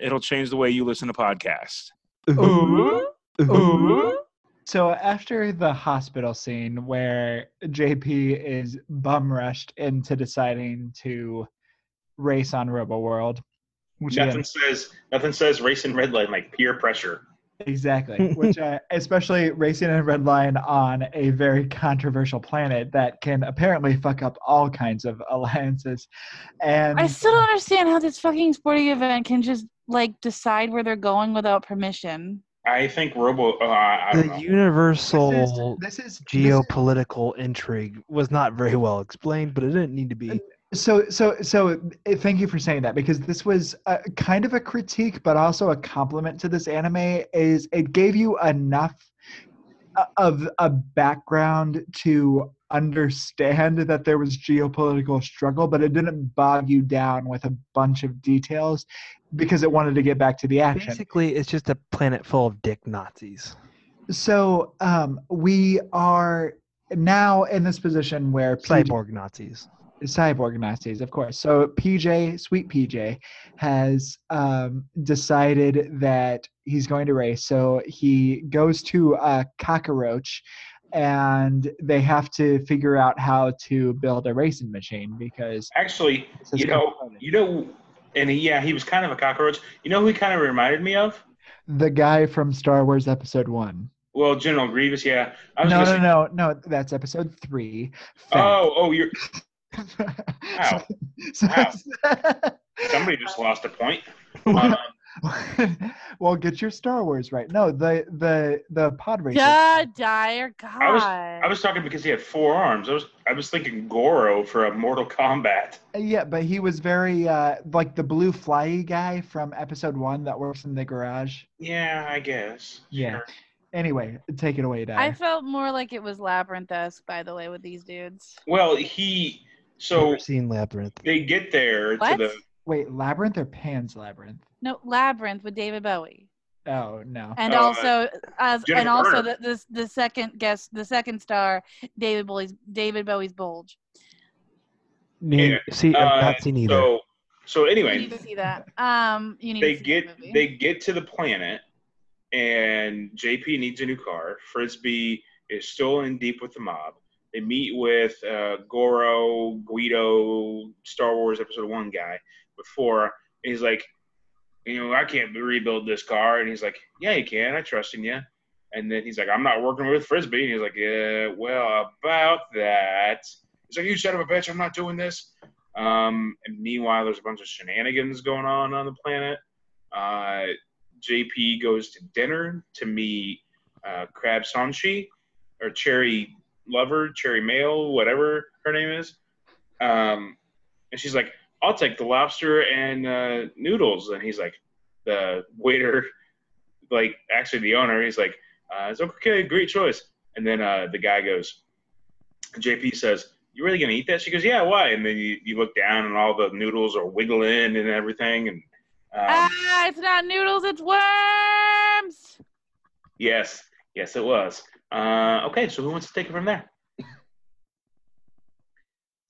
It'll change the way you listen to podcasts. Ooh, ooh. So after the hospital scene where JP is bum rushed into deciding to race on Robo World, which nothing again, says nothing says racing red light like peer pressure. exactly, which uh, especially racing in red line on a very controversial planet that can apparently fuck up all kinds of alliances, and I still don't understand how this fucking sporting event can just like decide where they're going without permission. I think Robo. Uh, I don't The know. universal this is, this is this is- geopolitical intrigue was not very well explained, but it didn't need to be. So, so, so, eh, thank you for saying that because this was a, kind of a critique, but also a compliment to this anime. Is it gave you enough o- of a background to understand that there was geopolitical struggle, but it didn't bog you down with a bunch of details because it wanted to get back to the action. Basically, it's just a planet full of dick Nazis. So, um, we are now in this position where PJ Cyborg Nazis. cyborg Nazis, of course. So PJ, sweet PJ, has um, decided that he's going to race. So he goes to a cockroach, and they have to figure out how to build a racing machine because Actually, this is You know, complicated. you know, and he, yeah, he was kind of a cockroach. You know who he kind of reminded me of? the guy from Star Wars Episode One. Well, General Grievous. Yeah, I No, was no, gonna say- no, no. That's Episode Three. Oh, oh, you're Ow. somebody just lost a point. Um, well, get your Star Wars right. No, the the the pod racer. Duh, Dyer. God. was- I was talking because he had four arms. I was I was thinking Goro for a Mortal Kombat. Yeah, but he was very uh like the blue flyy guy from episode one that works in the garage. Yeah, I guess. Yeah. Sure. Anyway, take it away, I Dad. felt more like it was labyrinth-esque, by the way, with these dudes. Well, he so Never seen Labyrinth. they get there What? to the Wait, labyrinth or Pan's labyrinth? No, labyrinth with David Bowie, Oh no. and Uh, also as and Jennifer also Garner. the, the the second guest, the second star, David Bowie's David Bowie's Bulge. Ne- See, uh, I've not seen either. so so You anyway need to see that. Um, you need they to see that get movie. they get to the planet and JP needs a new car. Frisbee is still in deep with the mob. They meet with uh, Goro, Guido, Star Wars Episode One guy before. And he's like, you know, I can't rebuild this car, and he's like, yeah, you can. I trust in you. And then he's like, I'm not working with Frisbee. And he's like, yeah, well, about that. He's like, you son of a bitch, I'm not doing this. Um, and meanwhile, there's a bunch of shenanigans going on on the planet. Uh, JP goes to dinner to meet uh, Crab Sanchi or Cherry Lover, Cherry Mail, whatever her name is. Um, and she's like, I'll take the lobster and uh, noodles. And he's like, the waiter, like, actually the owner, he's like, uh, it's okay, great choice. And then uh, the guy goes, JP says, You really gonna eat that? She goes, Yeah, why? And then you, you look down and all the noodles are wiggling and everything. And um, ah, it's not noodles, it's worms. Yes, yes, it was. Uh, okay, so who wants to take it from there?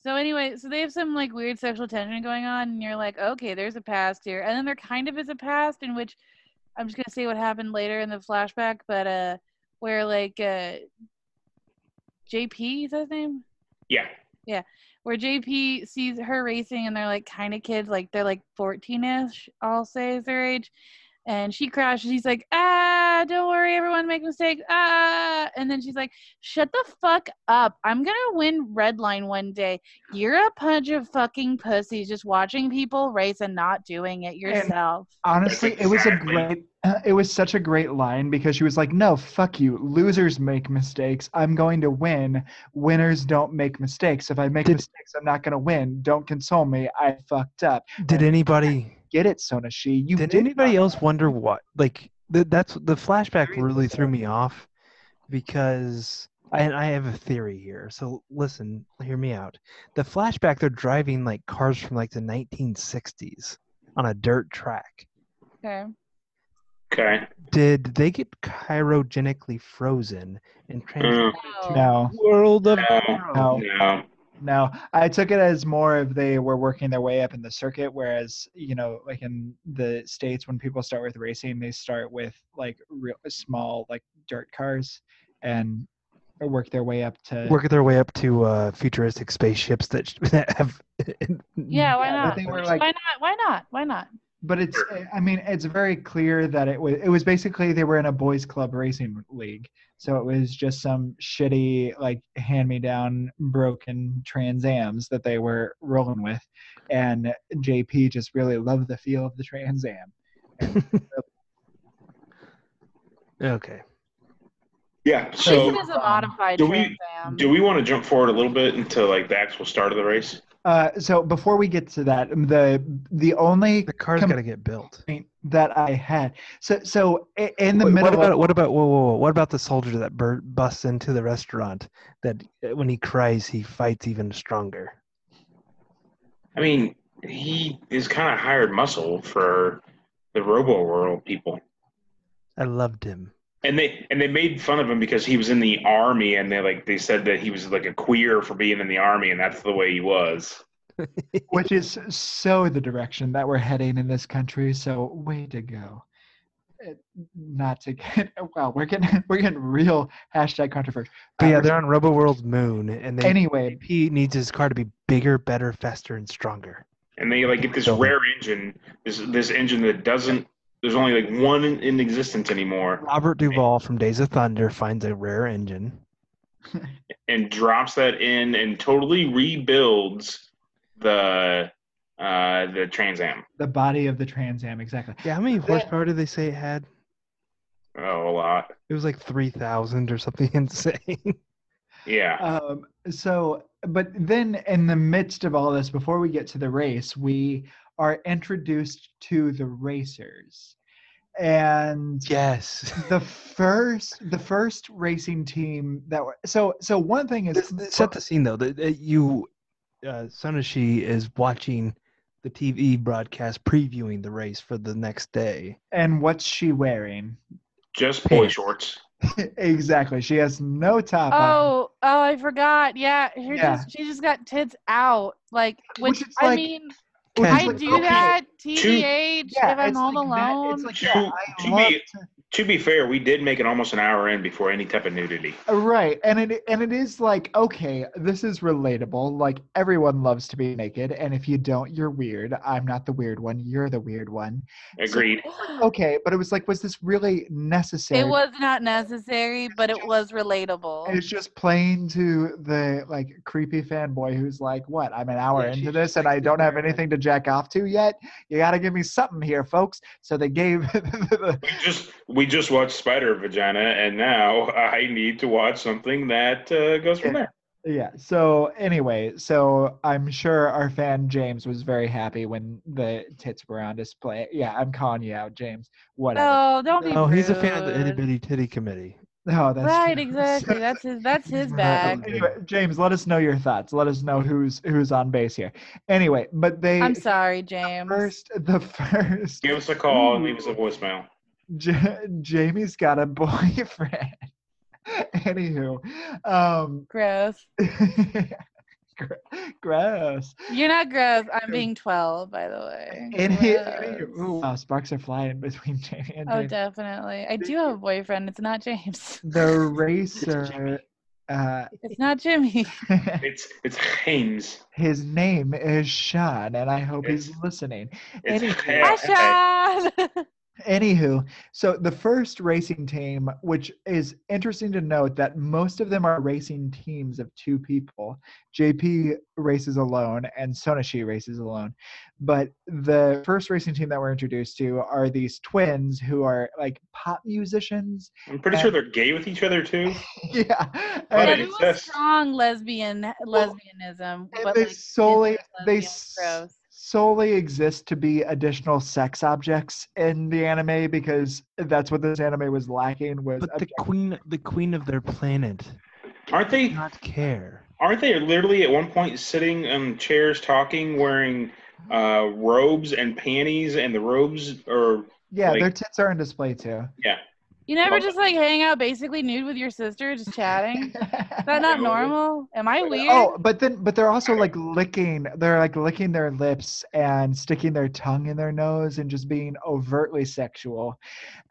So anyway, so they have some like weird sexual tension going on, and you're like, okay, there's a past here, and then there kind of is a past in which I'm just gonna say what happened later in the flashback, but uh, where like uh, JP is that his name? Yeah, Where JP sees her racing, and they're like kind of kids, like they're like 14ish, I'll say is their age, and she crashes. He's like, ah, ah, don't worry, everyone make mistakes. Ah, and then she's like, shut the fuck up. I'm gonna win Redline one day. You're a bunch of fucking pussies just watching people race and not doing it yourself. Honestly, it was a Exactly. great. It was such a great line because she was like, "No, fuck you. Losers make mistakes. I'm going to win. Winners don't make mistakes. If I make Did- mistakes, I'm not going to win. Don't console me. I fucked up. Did anybody Get it, Sonashi. You did did anybody fuck else wonder what like th- that's the flashback Very really threw bizarre. me off because I, and I have a theory here so listen hear me out the flashback they're driving like cars from like the 1960s on a dirt track Okay. Okay. did they get chirogenically frozen and Mm, Hmm. transported up." No, No. to the world of No. tomorrow? No. no. no. I took it as more of they were working their way up in the circuit, whereas you know, like in the states, when people start with racing, they start with like real small like dirt cars and work their way up to working their way up to uh, futuristic spaceships that, sh- that have Yeah, why Yeah, but not? they were like- why not? Why not? Why not? But it's, I mean, it's very clear that it was, it was basically they were in a boys' club racing league. So it was just some shitty, like, hand me down, broken Trans Ams that they were rolling with. And JP just really loved the feel of the Trans Am. okay Yeah. So, So this is a modified do we- Trans Am. do we want to jump forward a little bit into like the actual start of the race? Uh, so before we get to that, the the only the car's Com- got to get built point that I had, so so i- in the Wait, middle what about of, what about whoa, whoa, whoa, what about the soldier that bur- busts into the restaurant that uh, when he cries he fights even stronger I mean, he is kind of hired muscle for the Robo World people. i loved him And they and they made fun of him because he was in the army, and they like they said that he was like a queer for being in the army, and that's the way he was. which is so the direction that we're heading in this country. So way to go. Uh, Not to get wow, we're getting we're getting real hashtag controversial. but Uh, yeah they're on robo world's moon and they anyway, he needs his car to be bigger better faster and stronger And they like get this Don't. rare engine, this this engine that doesn't. There's only like one in, in existence anymore, robert duvall from days of thunder finds a rare engine and drops that in and totally rebuilds the uh the Trans Am. the body of the Trans Am exactly. yeah how many horsepower did they say it had Oh, a lot. it was like 3000 or something insane Yeah. Um, so, but then in the midst of all this, before we get to the race, we are introduced to the racers, and yes the first the first racing team that were so so one thing is this, this- set the scene though. That that you, uh, Sonoshi is watching the TV broadcast previewing the race for the next day. and what's she wearing Just boy pants. shorts. exactly she has no top on Oh, oh, I forgot. Yeah, she Yeah. just she just got tits out. Like, Which which, is I like- mean, Ken. which is Oh, I like, do okay. that. TBH, yeah, if I'm it's home like that- alone. it's like To- yeah, to I love be- to- To be fair, we did make it almost an hour in before any type of nudity. right and it and it is like okay this is relatable like everyone loves to be naked and if you don't you're weird i'm not the weird one you're the weird one Agreed. okay but it was like was this really necessary it was not necessary, but it was relatable. And it's just playing to the like creepy fanboy who's like, "What? I'm an hour Yeah, she's into just this and I like, don't have "Where am I?" anything to jack off to yet. You got to give me something here, folks." So they gave. We just we just watched Spider Vagina, and now I need to watch something that uh, goes from there. yeah. So anyway, so I'm sure our fan James was very happy when the tits were on display. Yeah, I'm calling you out, James. Whatever. Oh, don't be. Oh, he's a fan of the itty rude. bitty titty committee. No, Oh, that's Right, true. uh, exactly. That's his. That's his Right. bag. Anyway, James, let us know your thoughts. Let us know who's who's on base here. Anyway, but they I'm sorry, James. first the first Give us a call and leave us a voicemail. J- Jamie's got a boyfriend. Anywho, um, Gross. gr- gross. You're not gross. I'm being 12, by the way. Any, anywho, Gross. ooh, wow, sparks are flying between Jamie and Oh, James. definitely. I do have a boyfriend. It's not James. the racer. Uh, It's not Jimmy. It's it's James. his name is Sean, and I hope he's Yes. listening. It's Anyway. James. Hi, Sean. Anywho, so the first racing team, which is interesting to note that most of them are racing teams of two people. JP races alone and Sonashi races alone. But the first racing team that we're introduced to are these twins who are like pop musicians. I'm pretty sure they're gay with each other too. yeah. And Right. Yeah, there was that's- strong lesbian lesbianism. but, they like, solely- incest they lesbian s- gross. solely exist to be additional sex objects in the anime because that's what this anime was lacking was But the object- queen, the queen of their planet, Aren't did they? not care. Aren't they literally at one point sitting on chairs talking, wearing uh, robes and panties, and the robes are yeah like- their tits are on display too You never Well- just like hang out basically nude with your sister, just chatting. Is that not Yeah, well, normal? Am I weird? Oh, but then, but they're also like licking. They're like licking their lips and sticking their tongue in their nose and just being overtly sexual.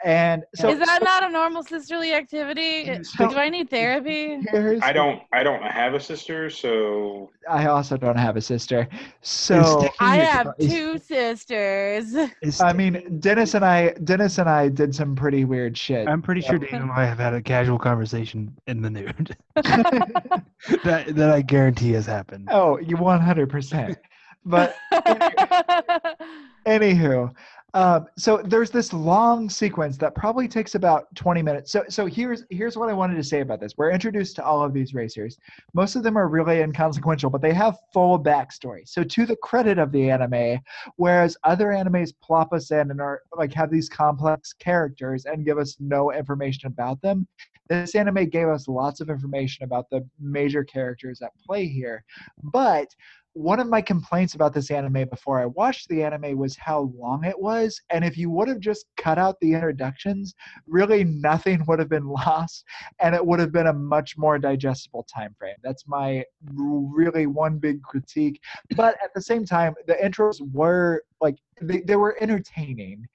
And so, Is that not a normal sisterly activity? So- Do I need therapy? here's- I don't. I don't have a sister, so I also don't have a sister, Is so sticking I your have tongue- is- two sisters. is I stick- mean, Dennis and I, Dennis and I did some pretty weird shit. I'm pretty sure Dan and I have had a casual conversation in the nude. that that I guarantee has happened. oh, you 100. percent But Anywho, um, so there's this long sequence that probably takes about 20 minutes. So, so here's here's what I wanted to say about this. We're introduced to all of these racers. Most of them are really inconsequential, but they have full backstory. So, to the credit of the anime, whereas other animes plop us in and are like have these complex characters and give us no information about them, this anime gave us lots of information about the major characters at play here. But one of my complaints about this anime before I watched the anime was how long it was. And if you would have just cut out the introductions, really nothing would have been lost and it would have been a much more digestible time frame. That's my really one big critique. But at the same time, the intros were like they, they were entertaining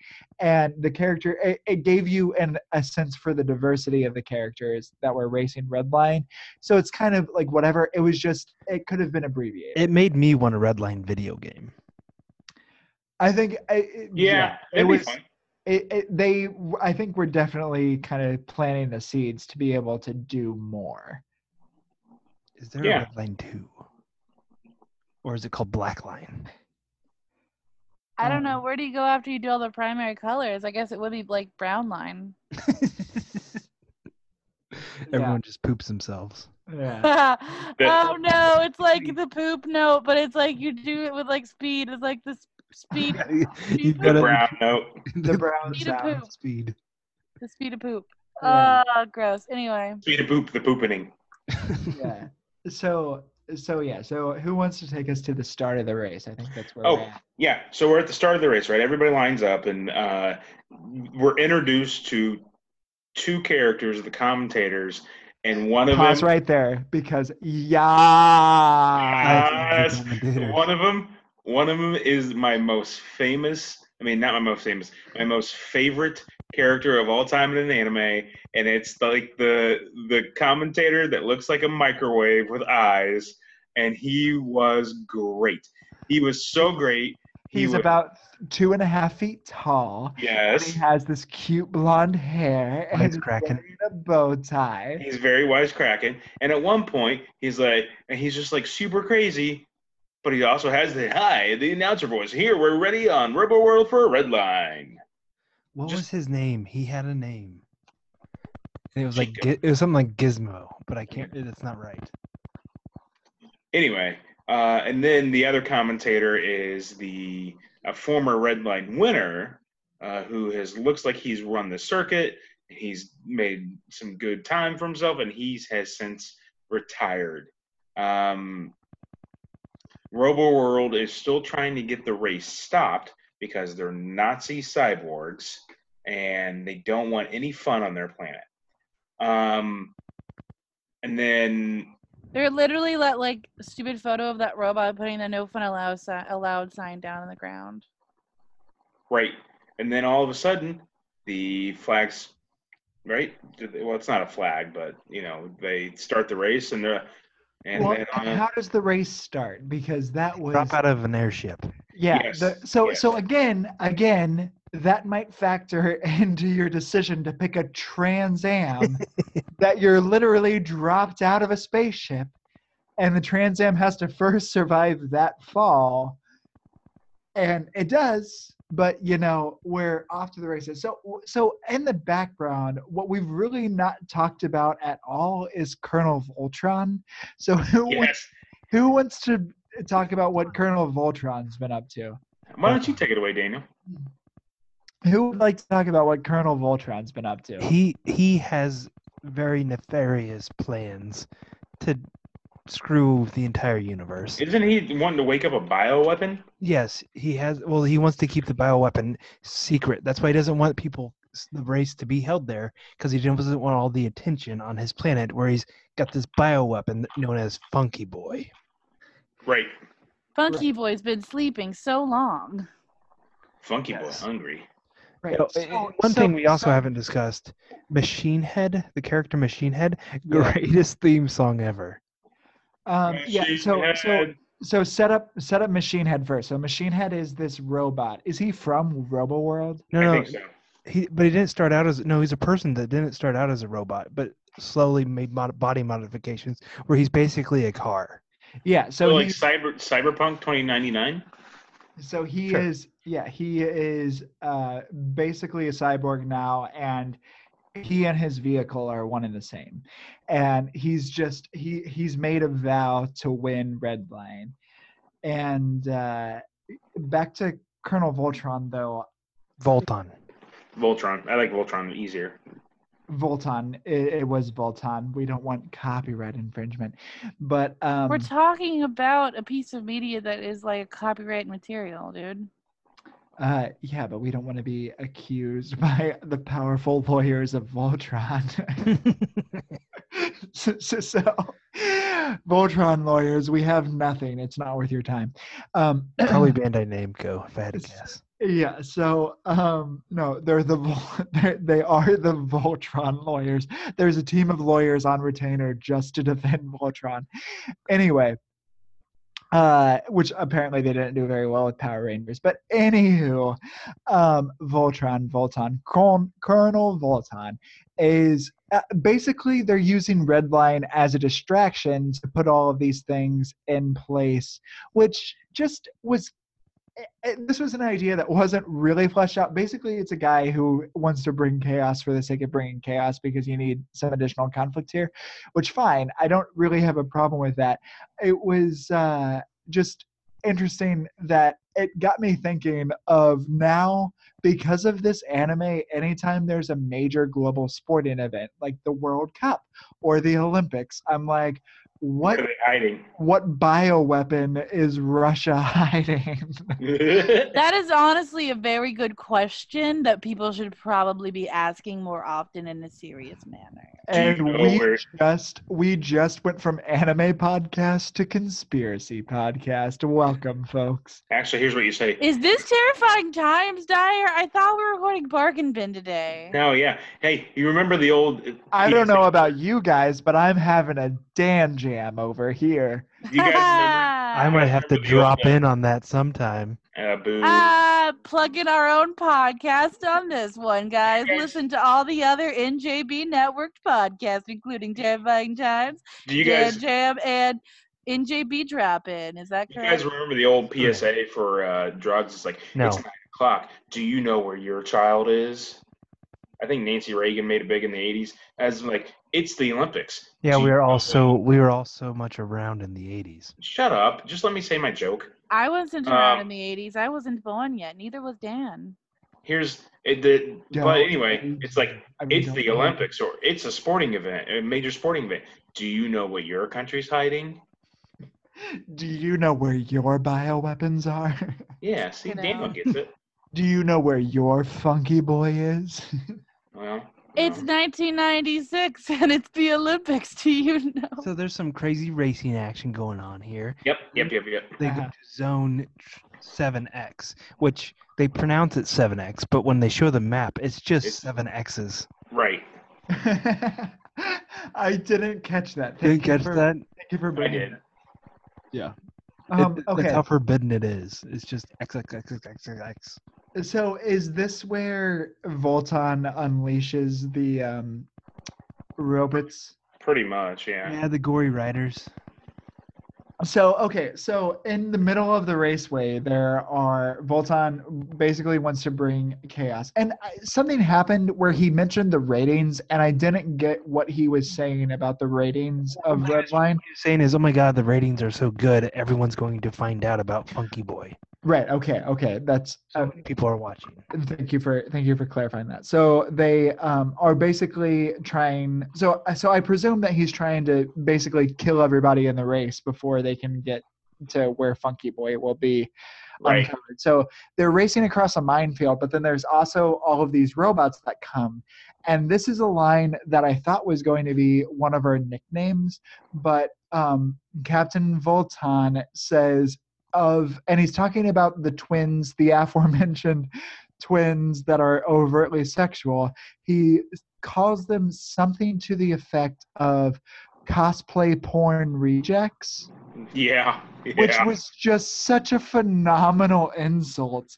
and the character it, it gave you an a sense for the diversity of the characters that were racing redline. So it's kind of like whatever. It was just it could have been abbreviated. It made me want a redline video game. I think I, it- yeah, it it'd be was. fun. It, it, they, w- I think, we're definitely kind of planting the seeds to be able to do more. Is there Yeah. a redline two? Or is it called black line? I don't Um. know. Where do you go after you do all the primary colors? I guess it would be like brown line. Everyone just poops themselves. Yeah. oh no, it's like the poop note, but it's like you do it with like speed. It's like the sp- speed, you The The gotta brown note. the brown Need a sound. poop. speed. the speed of poop. Yeah. Oh, gross. Anyway, Speed of poop. The poopening. Yeah. So, so yeah. So, who wants to take us to the start of the race? I think that's where. Oh. We're at. Yeah, so we're at the start of the race, right? Everybody lines up, and uh, we're introduced to two characters, the commentators, and one of Pause them, right there because Ah. yeah. Yes. Uh, one of them, one of them is my most famous. I mean, not my most famous, my most favorite character of all time in an anime, and it's like the the commentator that looks like a microwave with eyes, and he was great. He was so great. He He's was- about two and a half feet tall. and Yes. He has this cute blonde hair and he's Wisecracking. wearing a bow tie. He's very wisecracking. And at one point, he's like, and he's just like super crazy, but he also has the hi, the announcer voice. Here, we're ready on Robo World for Red Line. What Just- was his name? He had a name. And it was like Chico. Gi- it was something like Gizmo, but I can't. It's not right. Anyway, uh, and then the other commentator is the a former Red Line winner uh, who has looks like he's run the circuit. He's made some good time for himself, and he has since retired. Um, Robo World is still trying to get the race stopped because they're Nazi cyborgs and they don't want any fun on their planet. Um, and then they're literally that like stupid photo of that robot putting the no fun allowed, si- allowed sign down on the ground. Right. And then all of a sudden, the flags, right? Well, it's not a flag, but you know, they start the race and they're and well, then and uh, how does the race start? Because that was Drop out of an airship. yeah. Yes, the, so yes. so again again that might factor into your decision to pick a Trans Am that you're literally dropped out of a spaceship, and the Trans Am has to first survive that fall. And it does, but you know we're off to the races. So, so in the background, what we've really not talked about at all is Colonel Voltron. So, who wa- Yes. who wants to talk about what Colonel Voltron's been up to? Why don't you take it away, Daniel? Who would like to talk about what Colonel Voltron's been up to? He he has very nefarious plans to screw the entire universe. Isn't he wanting to wake up a bioweapon? Yes, he has. Well, he wants to keep the bioweapon secret. That's why he doesn't want people, s- the race, to be held there because he doesn't want all the attention on his planet where he's got this bioweapon known as Funky Boy. Right. Funky Boy's been sleeping so long. Funky Yes. boy, hungry. Right. Oh, eh, so- One so- thing we also so- haven't discussed Machine Head, the character Machine Head, greatest theme song ever. Um, yeah. Machine So, so, Head. so set up, set up Machine Head first. So Machine Head is this robot. Is he from Robo World? No, I no, think so. he, but he didn't start out as, no, he's a person that didn't start out as a robot, but slowly made mod- body modifications where he's basically a car. Yeah. So, So, like he's- cyber cyberpunk 2099. So he Sure. is, yeah, he is uh, basically a cyborg now, and he and his vehicle are one and the same. And he's just he he's made a vow to win Red Line. And uh, back to Colonel Voltron though, Volton. Voltron. I like Voltron easier. Voltron it, it was Voltron. We don't want copyright infringement, but um, We're talking about a piece of media that is like copyright material, dude. uh, yeah, but we don't want to be accused by the powerful lawyers of Voltron. so, so, so Voltron lawyers, we have nothing. It's not worth your time. Um, Probably Bandai Namco, if I had to guess. yeah. So um, no, they're the Vol- they're, they are the Voltron lawyers. There's a team of lawyers on retainer just to defend Voltron. Anyway, uh, which apparently they didn't do very well with Power Rangers. But anywho, um, Voltron, Voltron, Colonel, Colonel Voltron is uh, basically they're using Redline as a distraction to put all of these things in place, which just was it- it- this was an idea that wasn't really fleshed out. Basically, it's a guy who wants to bring chaos for the sake of bringing chaos because you need some additional conflict here, which fine. I don't really have a problem with that. It was uh, just interesting that it got me thinking of now because of this anime anytime there's a major global sporting event like the world cup or the olympics i'm like what What are they hiding? what bioweapon is russia hiding That is honestly a very good question that people should probably be asking more often in a serious manner. and know we where- just we just went from anime podcast to conspiracy podcast welcome folks Actually, here's what you say. Is this terrifying times, Dyer? I thought we were recording Bargain Bin today. No, yeah. Hey, you remember the old? uh, i don't know about you guys but i'm having a dan jam over here You guys remember? I might have to But you also- drop in on that sometime. Uh, boo. Uh, plug in our own podcast on this one, guys. guys- Listen to all the other NJB networked podcasts, including Terrifying Times, Do you Dan guys? Jam, and NJB Drop In. Is that You correct? guys remember the old PSA for uh, drugs? It's like No. it's nine o'clock. Do you know where your child is? I think Nancy Reagan made it big in the '80s. As like, it's the Olympics. Yeah, Do we you were know all so where- we were all so much around in the '80s. Shut up! Just let me say my joke. I wasn't around Um, in the 80s. I wasn't born yet. Neither was Dan. Here's it. The, Don't but anyway, it's like I mean, it's don't the worry. Olympics or it's a sporting event, a major sporting event. Do you know what your country's hiding? do you know where your bioweapons are Yeah, see, You know. Daniel gets it. do you know where your funky boy is Well, It's um, 1996 and it's the Olympics. Do you know? So there's some crazy racing action going on here. yep, yep, yep, yep. They go Uh-huh. to Zone Seven X, which they pronounce it Seven X, but when they show the map, it's It's- just Seven X's. Right. i didn't catch that Did you Thank catch for- that? thank you for I bringing did. um, That's okay um, how forbidden it is. It's just X X X X X X. So is this where Voltan unleashes the um, robots? Pretty much, yeah. Yeah, the gory riders. So okay, so in the middle of the raceway, there are Voltan basically wants to bring chaos, and I, something happened where he mentioned the ratings, and I didn't get what he was saying about the ratings Oh of Redline. What you're saying is, oh my god, the ratings are so good, everyone's going to find out about Funky Boy. Right. Okay. Okay. That's uh, So many people are watching. Thank you for thank you for clarifying that. So they um, are basically trying. So so I presume that he's trying to basically kill everybody in the race before they can get to where Funky Boy will be Right. uncovered. So they're racing across a minefield, but then there's also all of these robots that come. And this is a line that I thought was going to be one of our nicknames, but um, Captain Voltan says of, and he's talking about the twins, the aforementioned twins that are overtly sexual. He calls them something to the effect of cosplay porn rejects Yeah. which Yeah. was just such a phenomenal insult.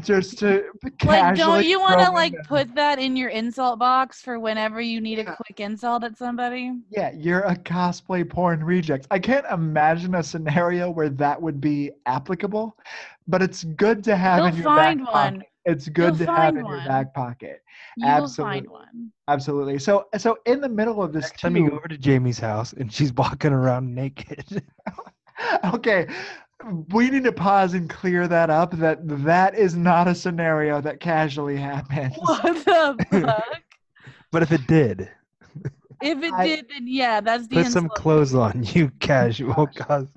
Just to Like, casually don't you want to throw in like the- put that in your insult box for whenever you need a Yeah. quick insult at somebody? Yeah, you're a cosplay porn reject. I can't imagine a scenario where that would be applicable, but it's good to have You'll in your find back one. pocket. It's good You'll to have find in your one. back pocket. You'll Absolutely. find one. Absolutely. So, so in the middle of this, Next time you too- go over to Jamie's house and she's walking around naked. okay we need to pause and clear that up that that is not a scenario that casually happens What the fuck? but if it did, If it I- did, then yeah, that's the put some insult. clothes on, you casual cos.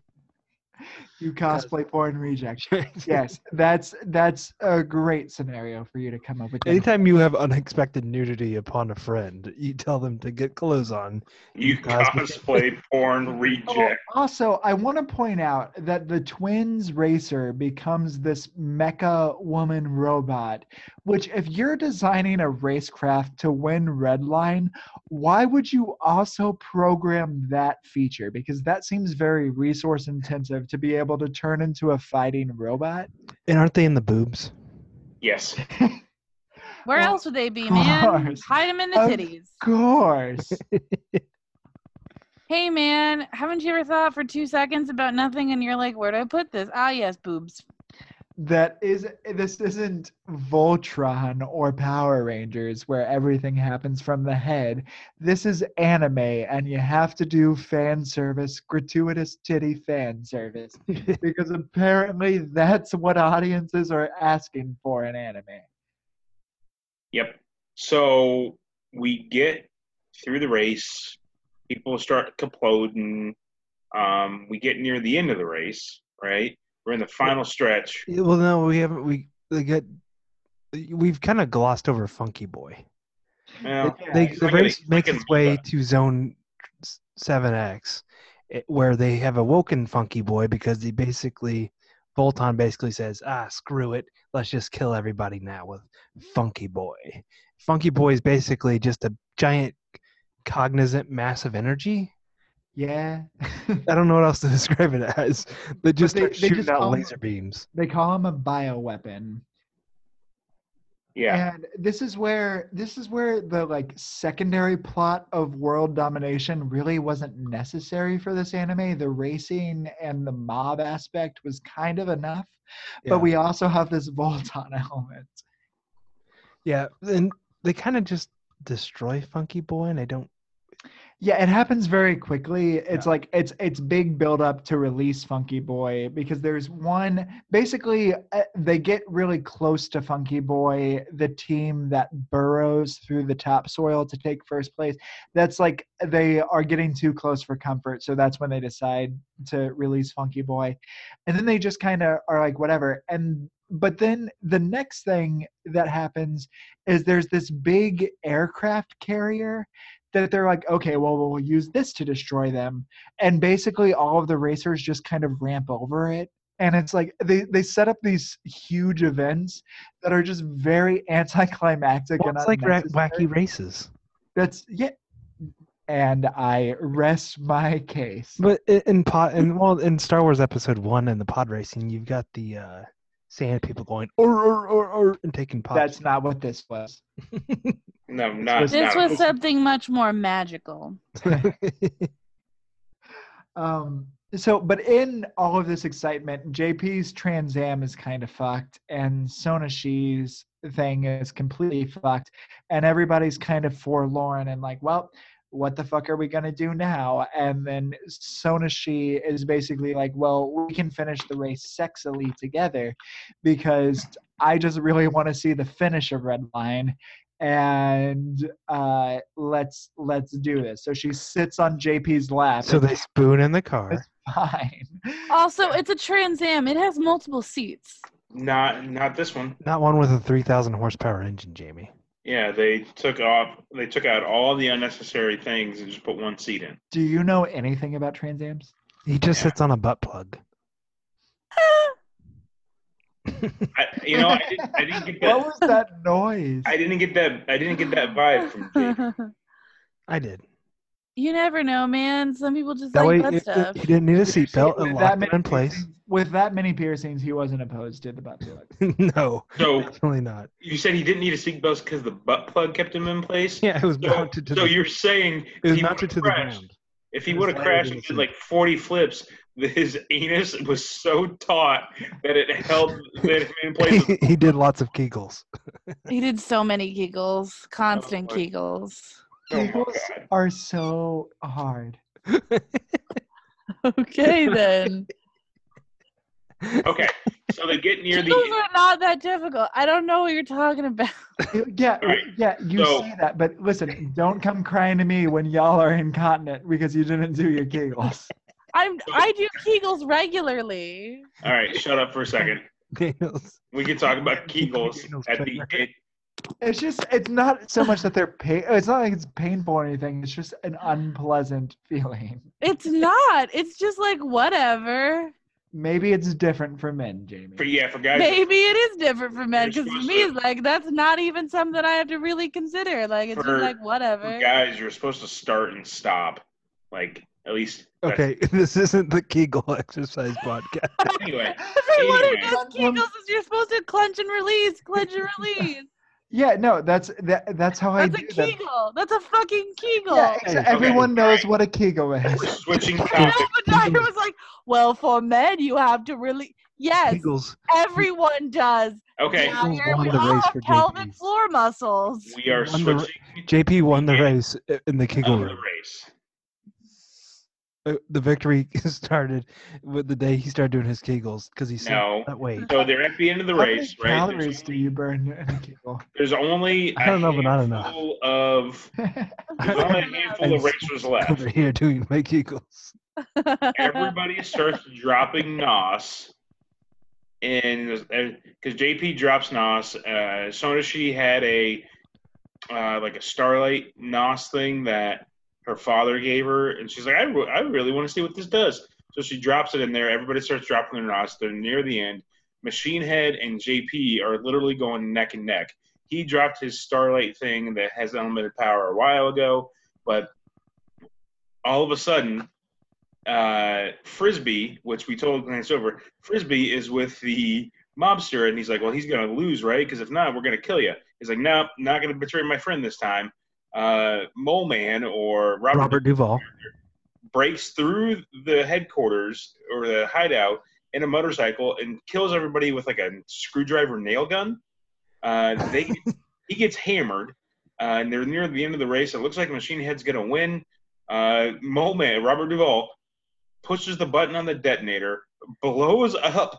you cosplay porn reject yes that's that's a great scenario for you to come up with Jennifer. Anytime you have unexpected nudity upon a friend, you tell them to get clothes on. you cosplay porn Oh, reject. also i want to point out that the twins racer becomes this mecha woman robot which if you're designing a racecraft to win redline why would you also program that feature because that seems very resource intensive to be able to turn into a fighting robot And aren't they in the boobs? Yes. Where Of else would they be, man? course. Hide them in the Of titties. of course Hey, man, haven't you ever thought for two seconds about nothing and you're like, where do I put this? Ah, yes, boobs. that is this isn't Voltron or Power Rangers where everything happens from the head. This is anime and you have to do fan service, gratuitous titty fan service because apparently that's what audiences are asking for in anime. Yep. So we get through the race. People start comploding. Um, we get near the end of the race, right? We're in the final stretch. Yeah, Well, no, we haven't. We they get. We've kind of glossed over Funky Boy. Well, They, he's the not gonna- race he's not makes gonna its beat way us. to Zone Seven X, where they have awoken Funky Boy because he basically, Volton basically says, "Ah, screw it, let's just kill everybody now with Funky Boy." Funky Boy is basically just a giant, cognizant mass of energy. Yeah. I don't know what else to describe it as. They just they- start they shooting just out call it- laser beams. they call him a bioweapon. Yeah. And this is where this is where the like secondary plot of world domination really wasn't necessary for this anime. The racing and the mob aspect was kind of enough, Yeah. but we also have this Voltan element. Yeah, and they kind of just destroy Funky Boy, and I don't. Yeah, it happens very quickly. It's like it's it's big build up to release Funky Boy because there's one basically uh, they get really close to Funky Boy, the team that burrows through the topsoil to take first place. That's like they are getting too close for comfort, so that's when they decide to release Funky Boy. And then they just kind of are like whatever. And but then the next thing that happens is there's this big aircraft carrier that they're like, okay, well, we'll use this to destroy them. And basically, all of the racers just kind of ramp over it. And it's like they, they set up these huge events that are just very anticlimactic Well, and it's like ra- unnecessary. wacky races. That's yeah. And I rest my case. But i- in pod and well in Star Wars Episode One and the pod racing, you've got the uh, seeing people going or or or or and taking pops. That's not what this was. No, not was- This not- was something much more magical. Um, so, but in all of this excitement, JP's Trans Am is kind of fucked, and Sonashi's thing is completely fucked, and everybody's kind of forlorn and like, well, what the fuck are we gonna do now? And then Sonashi is basically like, well, we can finish the race sexily together, because I just really want to see the finish of Red Line. And uh, let's let's do this. So she sits on JP's lap. so and they spoon in the car. fine. Also, it's a Trans Am. It has multiple seats. not not this one. Not one with a three thousand horsepower engine, Jamie. Yeah, they took off. They took out all the unnecessary things and just put one seat in. Do you know anything about Trans Ams? He just Yeah. sits on a butt plug. I, you know, I, did, I didn't get What that. was that noise? I didn't get that. I didn't get that vibe from. Jake. I did. you never know, man. Some people just That way, like butt it, stuff. it- he didn't need a seatbelt. It With locked it in many place. piercings- With that many piercings, he wasn't opposed to the butt plug. no, So definitely not. you said he didn't need a seatbelt because the butt plug kept him in place. Yeah, it was So- mounted to so the. you're saying it if was he mounted would've to the crashed, ground. if he It would was wired have crashed to and the did seat. like 40 flips, his anus was so taut that it held that him in place. he, he did lots of kegels. He did so many giggles, constant boy. giggles. Oh my Kegels God. are so hard. Okay, then. Okay, so they get near the. Giggles are not that difficult. I don't know what you're talking about. You- Yeah, Right. yeah, you So- say that, but listen, don't come crying to me when y'all are incontinent because you didn't do your kegels. I'm I do Kegels regularly. All right, shut up for a second. Daniels. We can talk about Kegels Daniel's at the trigger. It's just, it's not so much that they're pain. It's not like it's painful or anything. It's just an unpleasant feeling. It's not. It's just like whatever. Maybe it's different for men, Jamie. for yeah for guys. Maybe it is different for men You're because for supposed me to- it's like that's not even something I have to really consider. Like it's For- just like for whatever. guys, you're supposed to start and stop, like at least. that's- Okay, this isn't the Kegel exercise podcast. Anyway, Everyone who Anyway. does Um, Kegels is you're supposed to clench and release, clench and release. Yeah, no, that's that, that's how That's I a do them. Kegel. That's a fucking Kegel. Yeah, exa- Okay. everyone knows Alright. what a Kegel we're is. switching I know, topics. but Doctor was like, "Well, for men, you have to really." Yes, Kegels. everyone does. Okay, Kegels Dyer, won we the all race have for pelvic JP. floor muscles. we are Wonder- switching JP won the Yeah. race i- in the Kegel of Oh, the room. race. Uh, The victory started with the day he started doing his Kegels because he said No. that way. So they're at the end of the How many race, right? calories do you burn in a Kegel? There's only I don't know, but not a enough. handful of there's only a handful of racers Over left. here doing my Kegels. Everybody starts dropping nos, and because JP drops nos, uh, Sonashi had a uh, like a Starlight nos thing that her father gave her, and she's like, I, re- I really want to see what this does. So she drops it in there. Everybody starts dropping their nos. They're near the end. Machine Head and JP are literally going neck and neck. He dropped his Starlight thing that has unlimited power a while ago, but all of a sudden, uh, Frisbee, which we told glance over, Frisbee is with the mobster, and he's like, "Well, he's gonna lose, right? Because if not, we're gonna kill you." He's like, "No, not gonna betray my friend this time." Uh, Mole Man or Robert, Robert Duvall. breaks through the headquarters or the hideout in a motorcycle and kills everybody with like a screwdriver nail gun. Uh, they he gets hammered, uh, and they're near the end of the race. It looks like Machine Head's gonna win. Uh, Mole Man Robert Duvall pushes the button on the detonator, blows up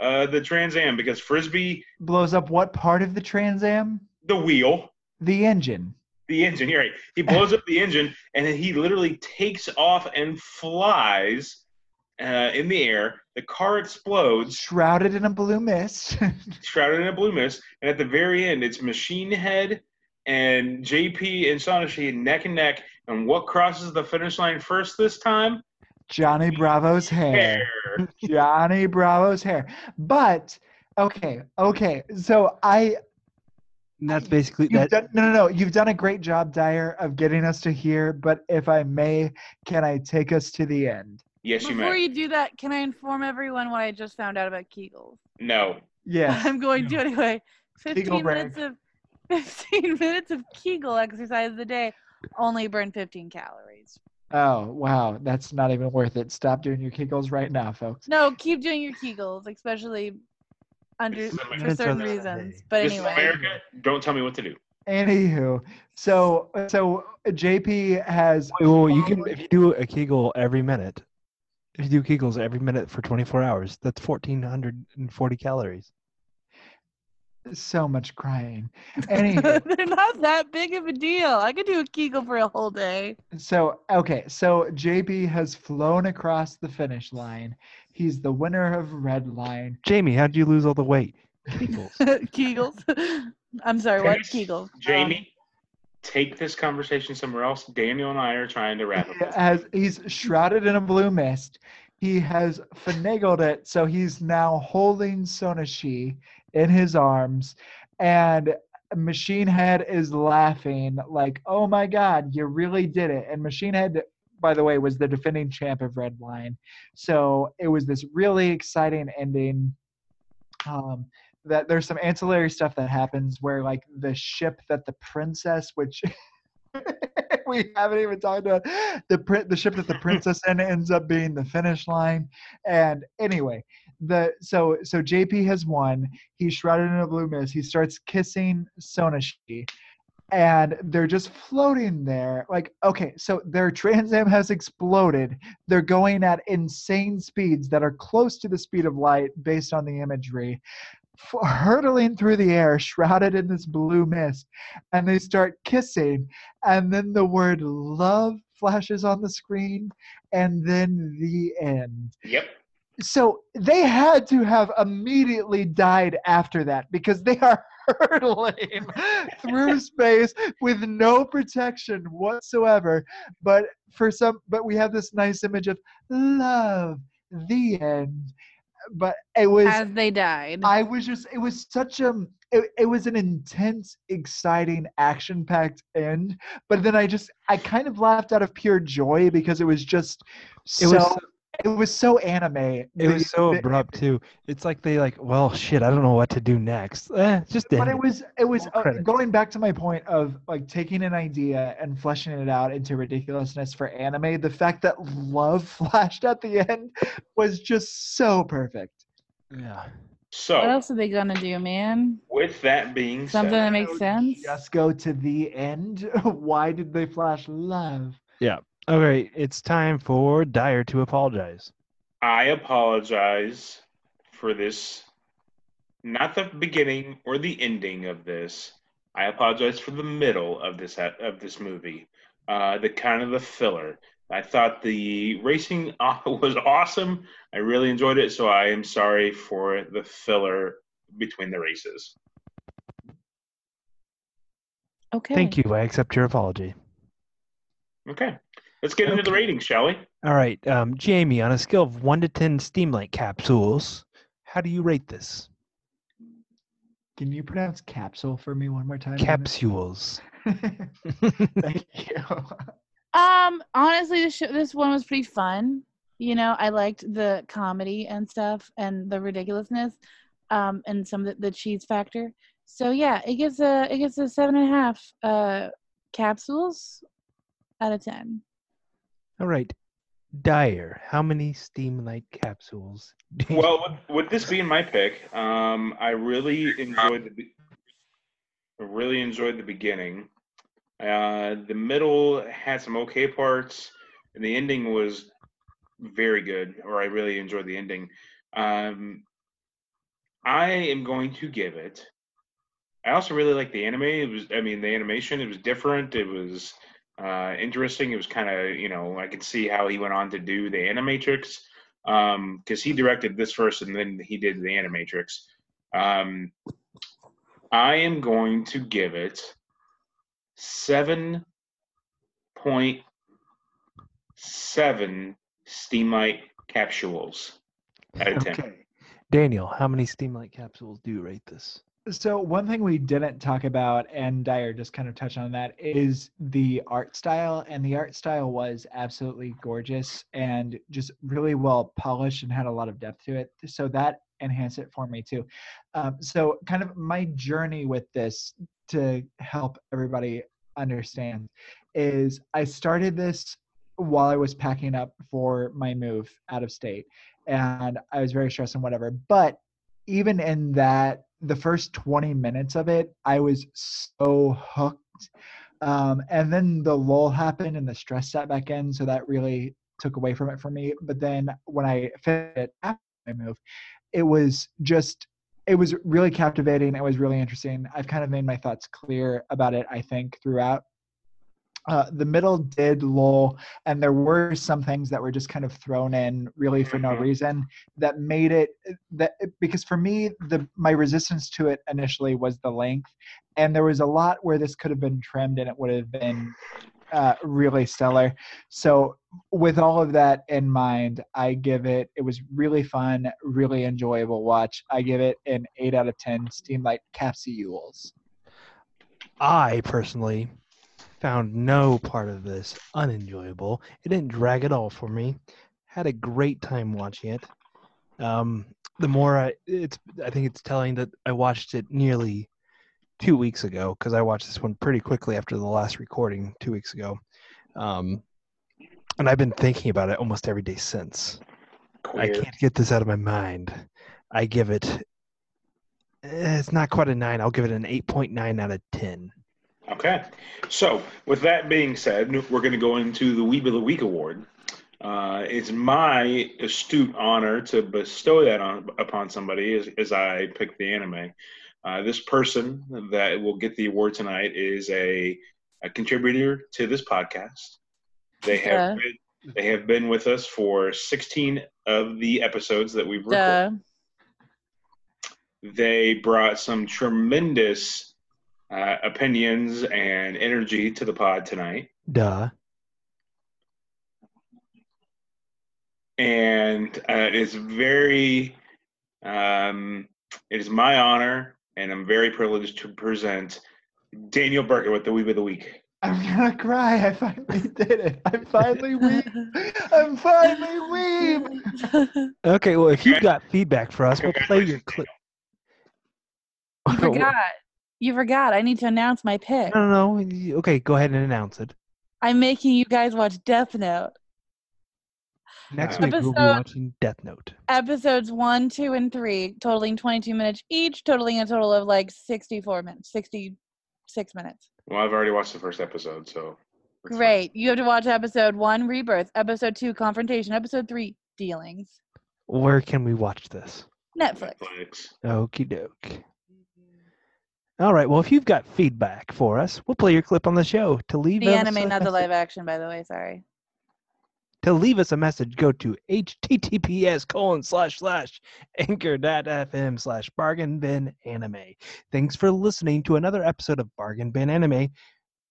uh, the Trans Am because Frisbee Blows up what part of the Trans Am? the wheel The engine. the engine. You're right. He blows up the engine, and then he literally takes off and flies uh, in the air. The car explodes, Shrouded in a blue mist. shrouded in a blue mist, and at the very end, it's Machine Head and JP and Sonashi neck and neck. And what crosses the finish line first this time? Johnny Bravo's hair. Hair. Johnny Bravo's hair. But okay, okay. So I And that's basically that. You've done, no, no, no. You've done a great job, Dyer, of getting us to here. But if I may, can I take us to the end? Yes, you Before may. you do that, can I inform everyone what I just found out about Kegels? No. Yes. I'm going to anyway. Kegel 15 brag. minutes of 15 minutes of Kegel exercise a day only burn 15 calories. Oh, wow. That's not even worth it. Stop doing your Kegels right now, folks. No, keep doing your Kegels, especially under This is for America. certain This is reasons. America. But this is anyway, America. Don't tell me what to do. Anywho, so so JP has Wait, wait, wait, you can if you do a Kegel every minute. If you do Kegels every minute for 24 hours, that's 1,440 calories. so much crying. Anywho, they're not that big of a deal. I could do a Kegel for a whole day. so okay, so JP has flown across the finish line. He's the winner of Red Line. Jamie, how'd you lose all the weight? Kegels. Kegels. I'm sorry, what? Kegels. Jamie, Um, take this conversation somewhere else. Daniel and I are trying to wrap He it. has he's shrouded in a blue mist. He has finagled it, so he's now holding Sonashi in his arms, and Machine Head is laughing like, "Oh my God, you really did it!" And Machine Head, by the way, was the defending champ of Red Line, so it was this really exciting ending. Um, that there's some ancillary stuff that happens where like the ship that the princess, which we haven't even talked about the print the ship that the princess in ends up being the finish line and anyway the so so jp has won he's shrouded in a blue mist he starts kissing sonashi and they're just floating there like okay so their trans am has exploded they're going at insane speeds that are close to the speed of light based on the imagery f- hurtling through the air shrouded in this blue mist and they start kissing and then the word love flashes on the screen and then the end Yep. so they had to have immediately died after that because they are hurtling through space with no protection whatsoever but for some but we have this nice image of love the end but it was Um, As they died. I was just it was such a it, it was an intense, exciting, action-packed end. But then I just I kind of laughed out of pure joy because it was just It so was so- it was so anime. It It was so abrupt too. It's like they like, well, shit, I don't know what to do next. Eh, just but end it it. was it was Full uh, credits. going back to my point of like taking an idea and fleshing it out into ridiculousness for anime. The fact that love flashed at the end was just so perfect. yeah. what So else are they gonna do, man? with that being Something said, that makes sense. Just go to the end. Why did they flash love? Okay, it's time for Dyer to apologize. I apologize for this. Not the beginning or the ending of this. I apologize for the middle of this of this movie. Uh, the kind of the filler. I thought the racing uh, was awesome. I really enjoyed it. So I am sorry for the filler between the races. Okay. Thank you. I accept your apology. Okay, let's get into the Okay. ratings, shall we? All right, um, Jamie, on a scale of one to ten Steamlight capsules, how do you rate this? Can you pronounce capsule for me one more time? Emmett? Capsules. Thank you. Um, honestly, this sh- this one was pretty fun. You know, I liked the comedy and stuff, and the ridiculousness, um, and some of the, the cheese factor. So yeah, it gives a it gives a seven and a half uh capsules out of ten. All right, Dyer, how many Steamlight capsules? do you- Well, with, with this being my pick, um, I really enjoyed the be- I really enjoyed the beginning. Uh, the middle had some okay parts, and the ending was very good. Or I really enjoyed the ending. Um, I am going to give it. I also really like the anime. It was, I mean, the animation. It was different. It was uh, interesting. It was kind of, you know, I could see how he went on to do the Animatrix because he directed this first and then he did the Animatrix. Um, I am going to give it seven point seven steamite capsules out of ten. okay. Daniel, how many Steamlight capsules do you rate this? So one thing we didn't talk about, and Dyer just kind of touched on that, is the art style. And the art style was absolutely gorgeous and just really well polished and had a lot of depth to it. So that enhance it for me too. Um, so, kind of my journey with this to help everybody understand is I started this while I was packing up for my move out of state, and I was very stressed and whatever. But even in that, the first 20 minutes of it, I was so hooked. Um, and then the lull happened and the stress sat back in, so that really took away from it for me. But then when I fit it after my move, it was just it was really captivating. It was really interesting. I've kind of made my thoughts clear about it, I think, throughout. Uh, the middle did lull, and there were some things that were just kind of thrown in really for no Mhm. reason that made it that because for me the my resistance to it initially was the length, and there was a lot where this could have been trimmed and it would have been uh, really stellar. So with all of that in mind, I give it. It was really fun, really enjoyable watch. I give it an eight out of ten. Steamlight capsules. I personally found no part of this unenjoyable. It didn't drag at all for me. Had a great time watching it. Um, the more I, it's, I think it's telling that I watched it nearly two weeks ago because I watched this one pretty quickly after the last recording two weeks ago. Um, and I've been thinking about it almost every day since. I Queer. can't get this out of my mind. I give it. eh, It's not quite a nine. I'll give it an eight point nine out of ten. Okay. So, with that being said, we're going to go into the Weeb of the Week award. Uh, it's my astute honor to bestow that on, upon somebody as, as I pick the anime. Uh, this person that will get the award tonight is a, a contributor to this podcast. They have Duh. been, they have been with us for 16 of the episodes that we've recorded Duh. they brought some tremendous uh, opinions and energy to the pod tonight. Duh. And uh, it's very, um, it is my honor, and I'm very privileged to present Daniel Burkett with the Weeb of the Week. I'm gonna cry. I finally did it. I finally weep. I'm finally weep. Okay. Well, if Okay. you've got feedback for us, we'll play your Congratulations, clip. You forgot. You forgot. I need to announce my pick. No, no, no. you- Okay, go ahead and announce it. I'm making you guys watch Death Note. Next Uh, week we'll be Episode- watching Death Note. Episodes one, two, and three, totaling 22 minutes each, totaling a total of like 64 minutes, 66 minutes. Well, I've already watched the first episode, so. we're fine. Great. You have to watch episode one, Rebirth, episode two, Confrontation, episode three, Dealings. Where can we watch this? Netflix. Netflix. Okie doke. All right. Well, if you've got feedback for us, we'll play your clip on the show. To leave The us a anime, not the message- live action, by the way. Sorry. To leave us a message, go to https colon slash slash anchor.fm slash bargain bin anime. Thanks for listening to another episode of Bargain Bin Anime.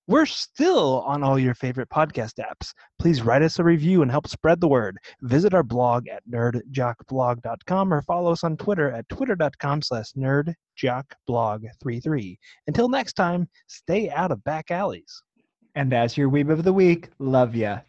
We're still on all your favorite podcast apps. Please write us a review and help spread the word. Visit our blog at nerdjockblog.com or follow us on Twitter at twitter.com slash nerdjockblog33. Until next time, stay out of back alleys. And as your weeb of the week, love ya.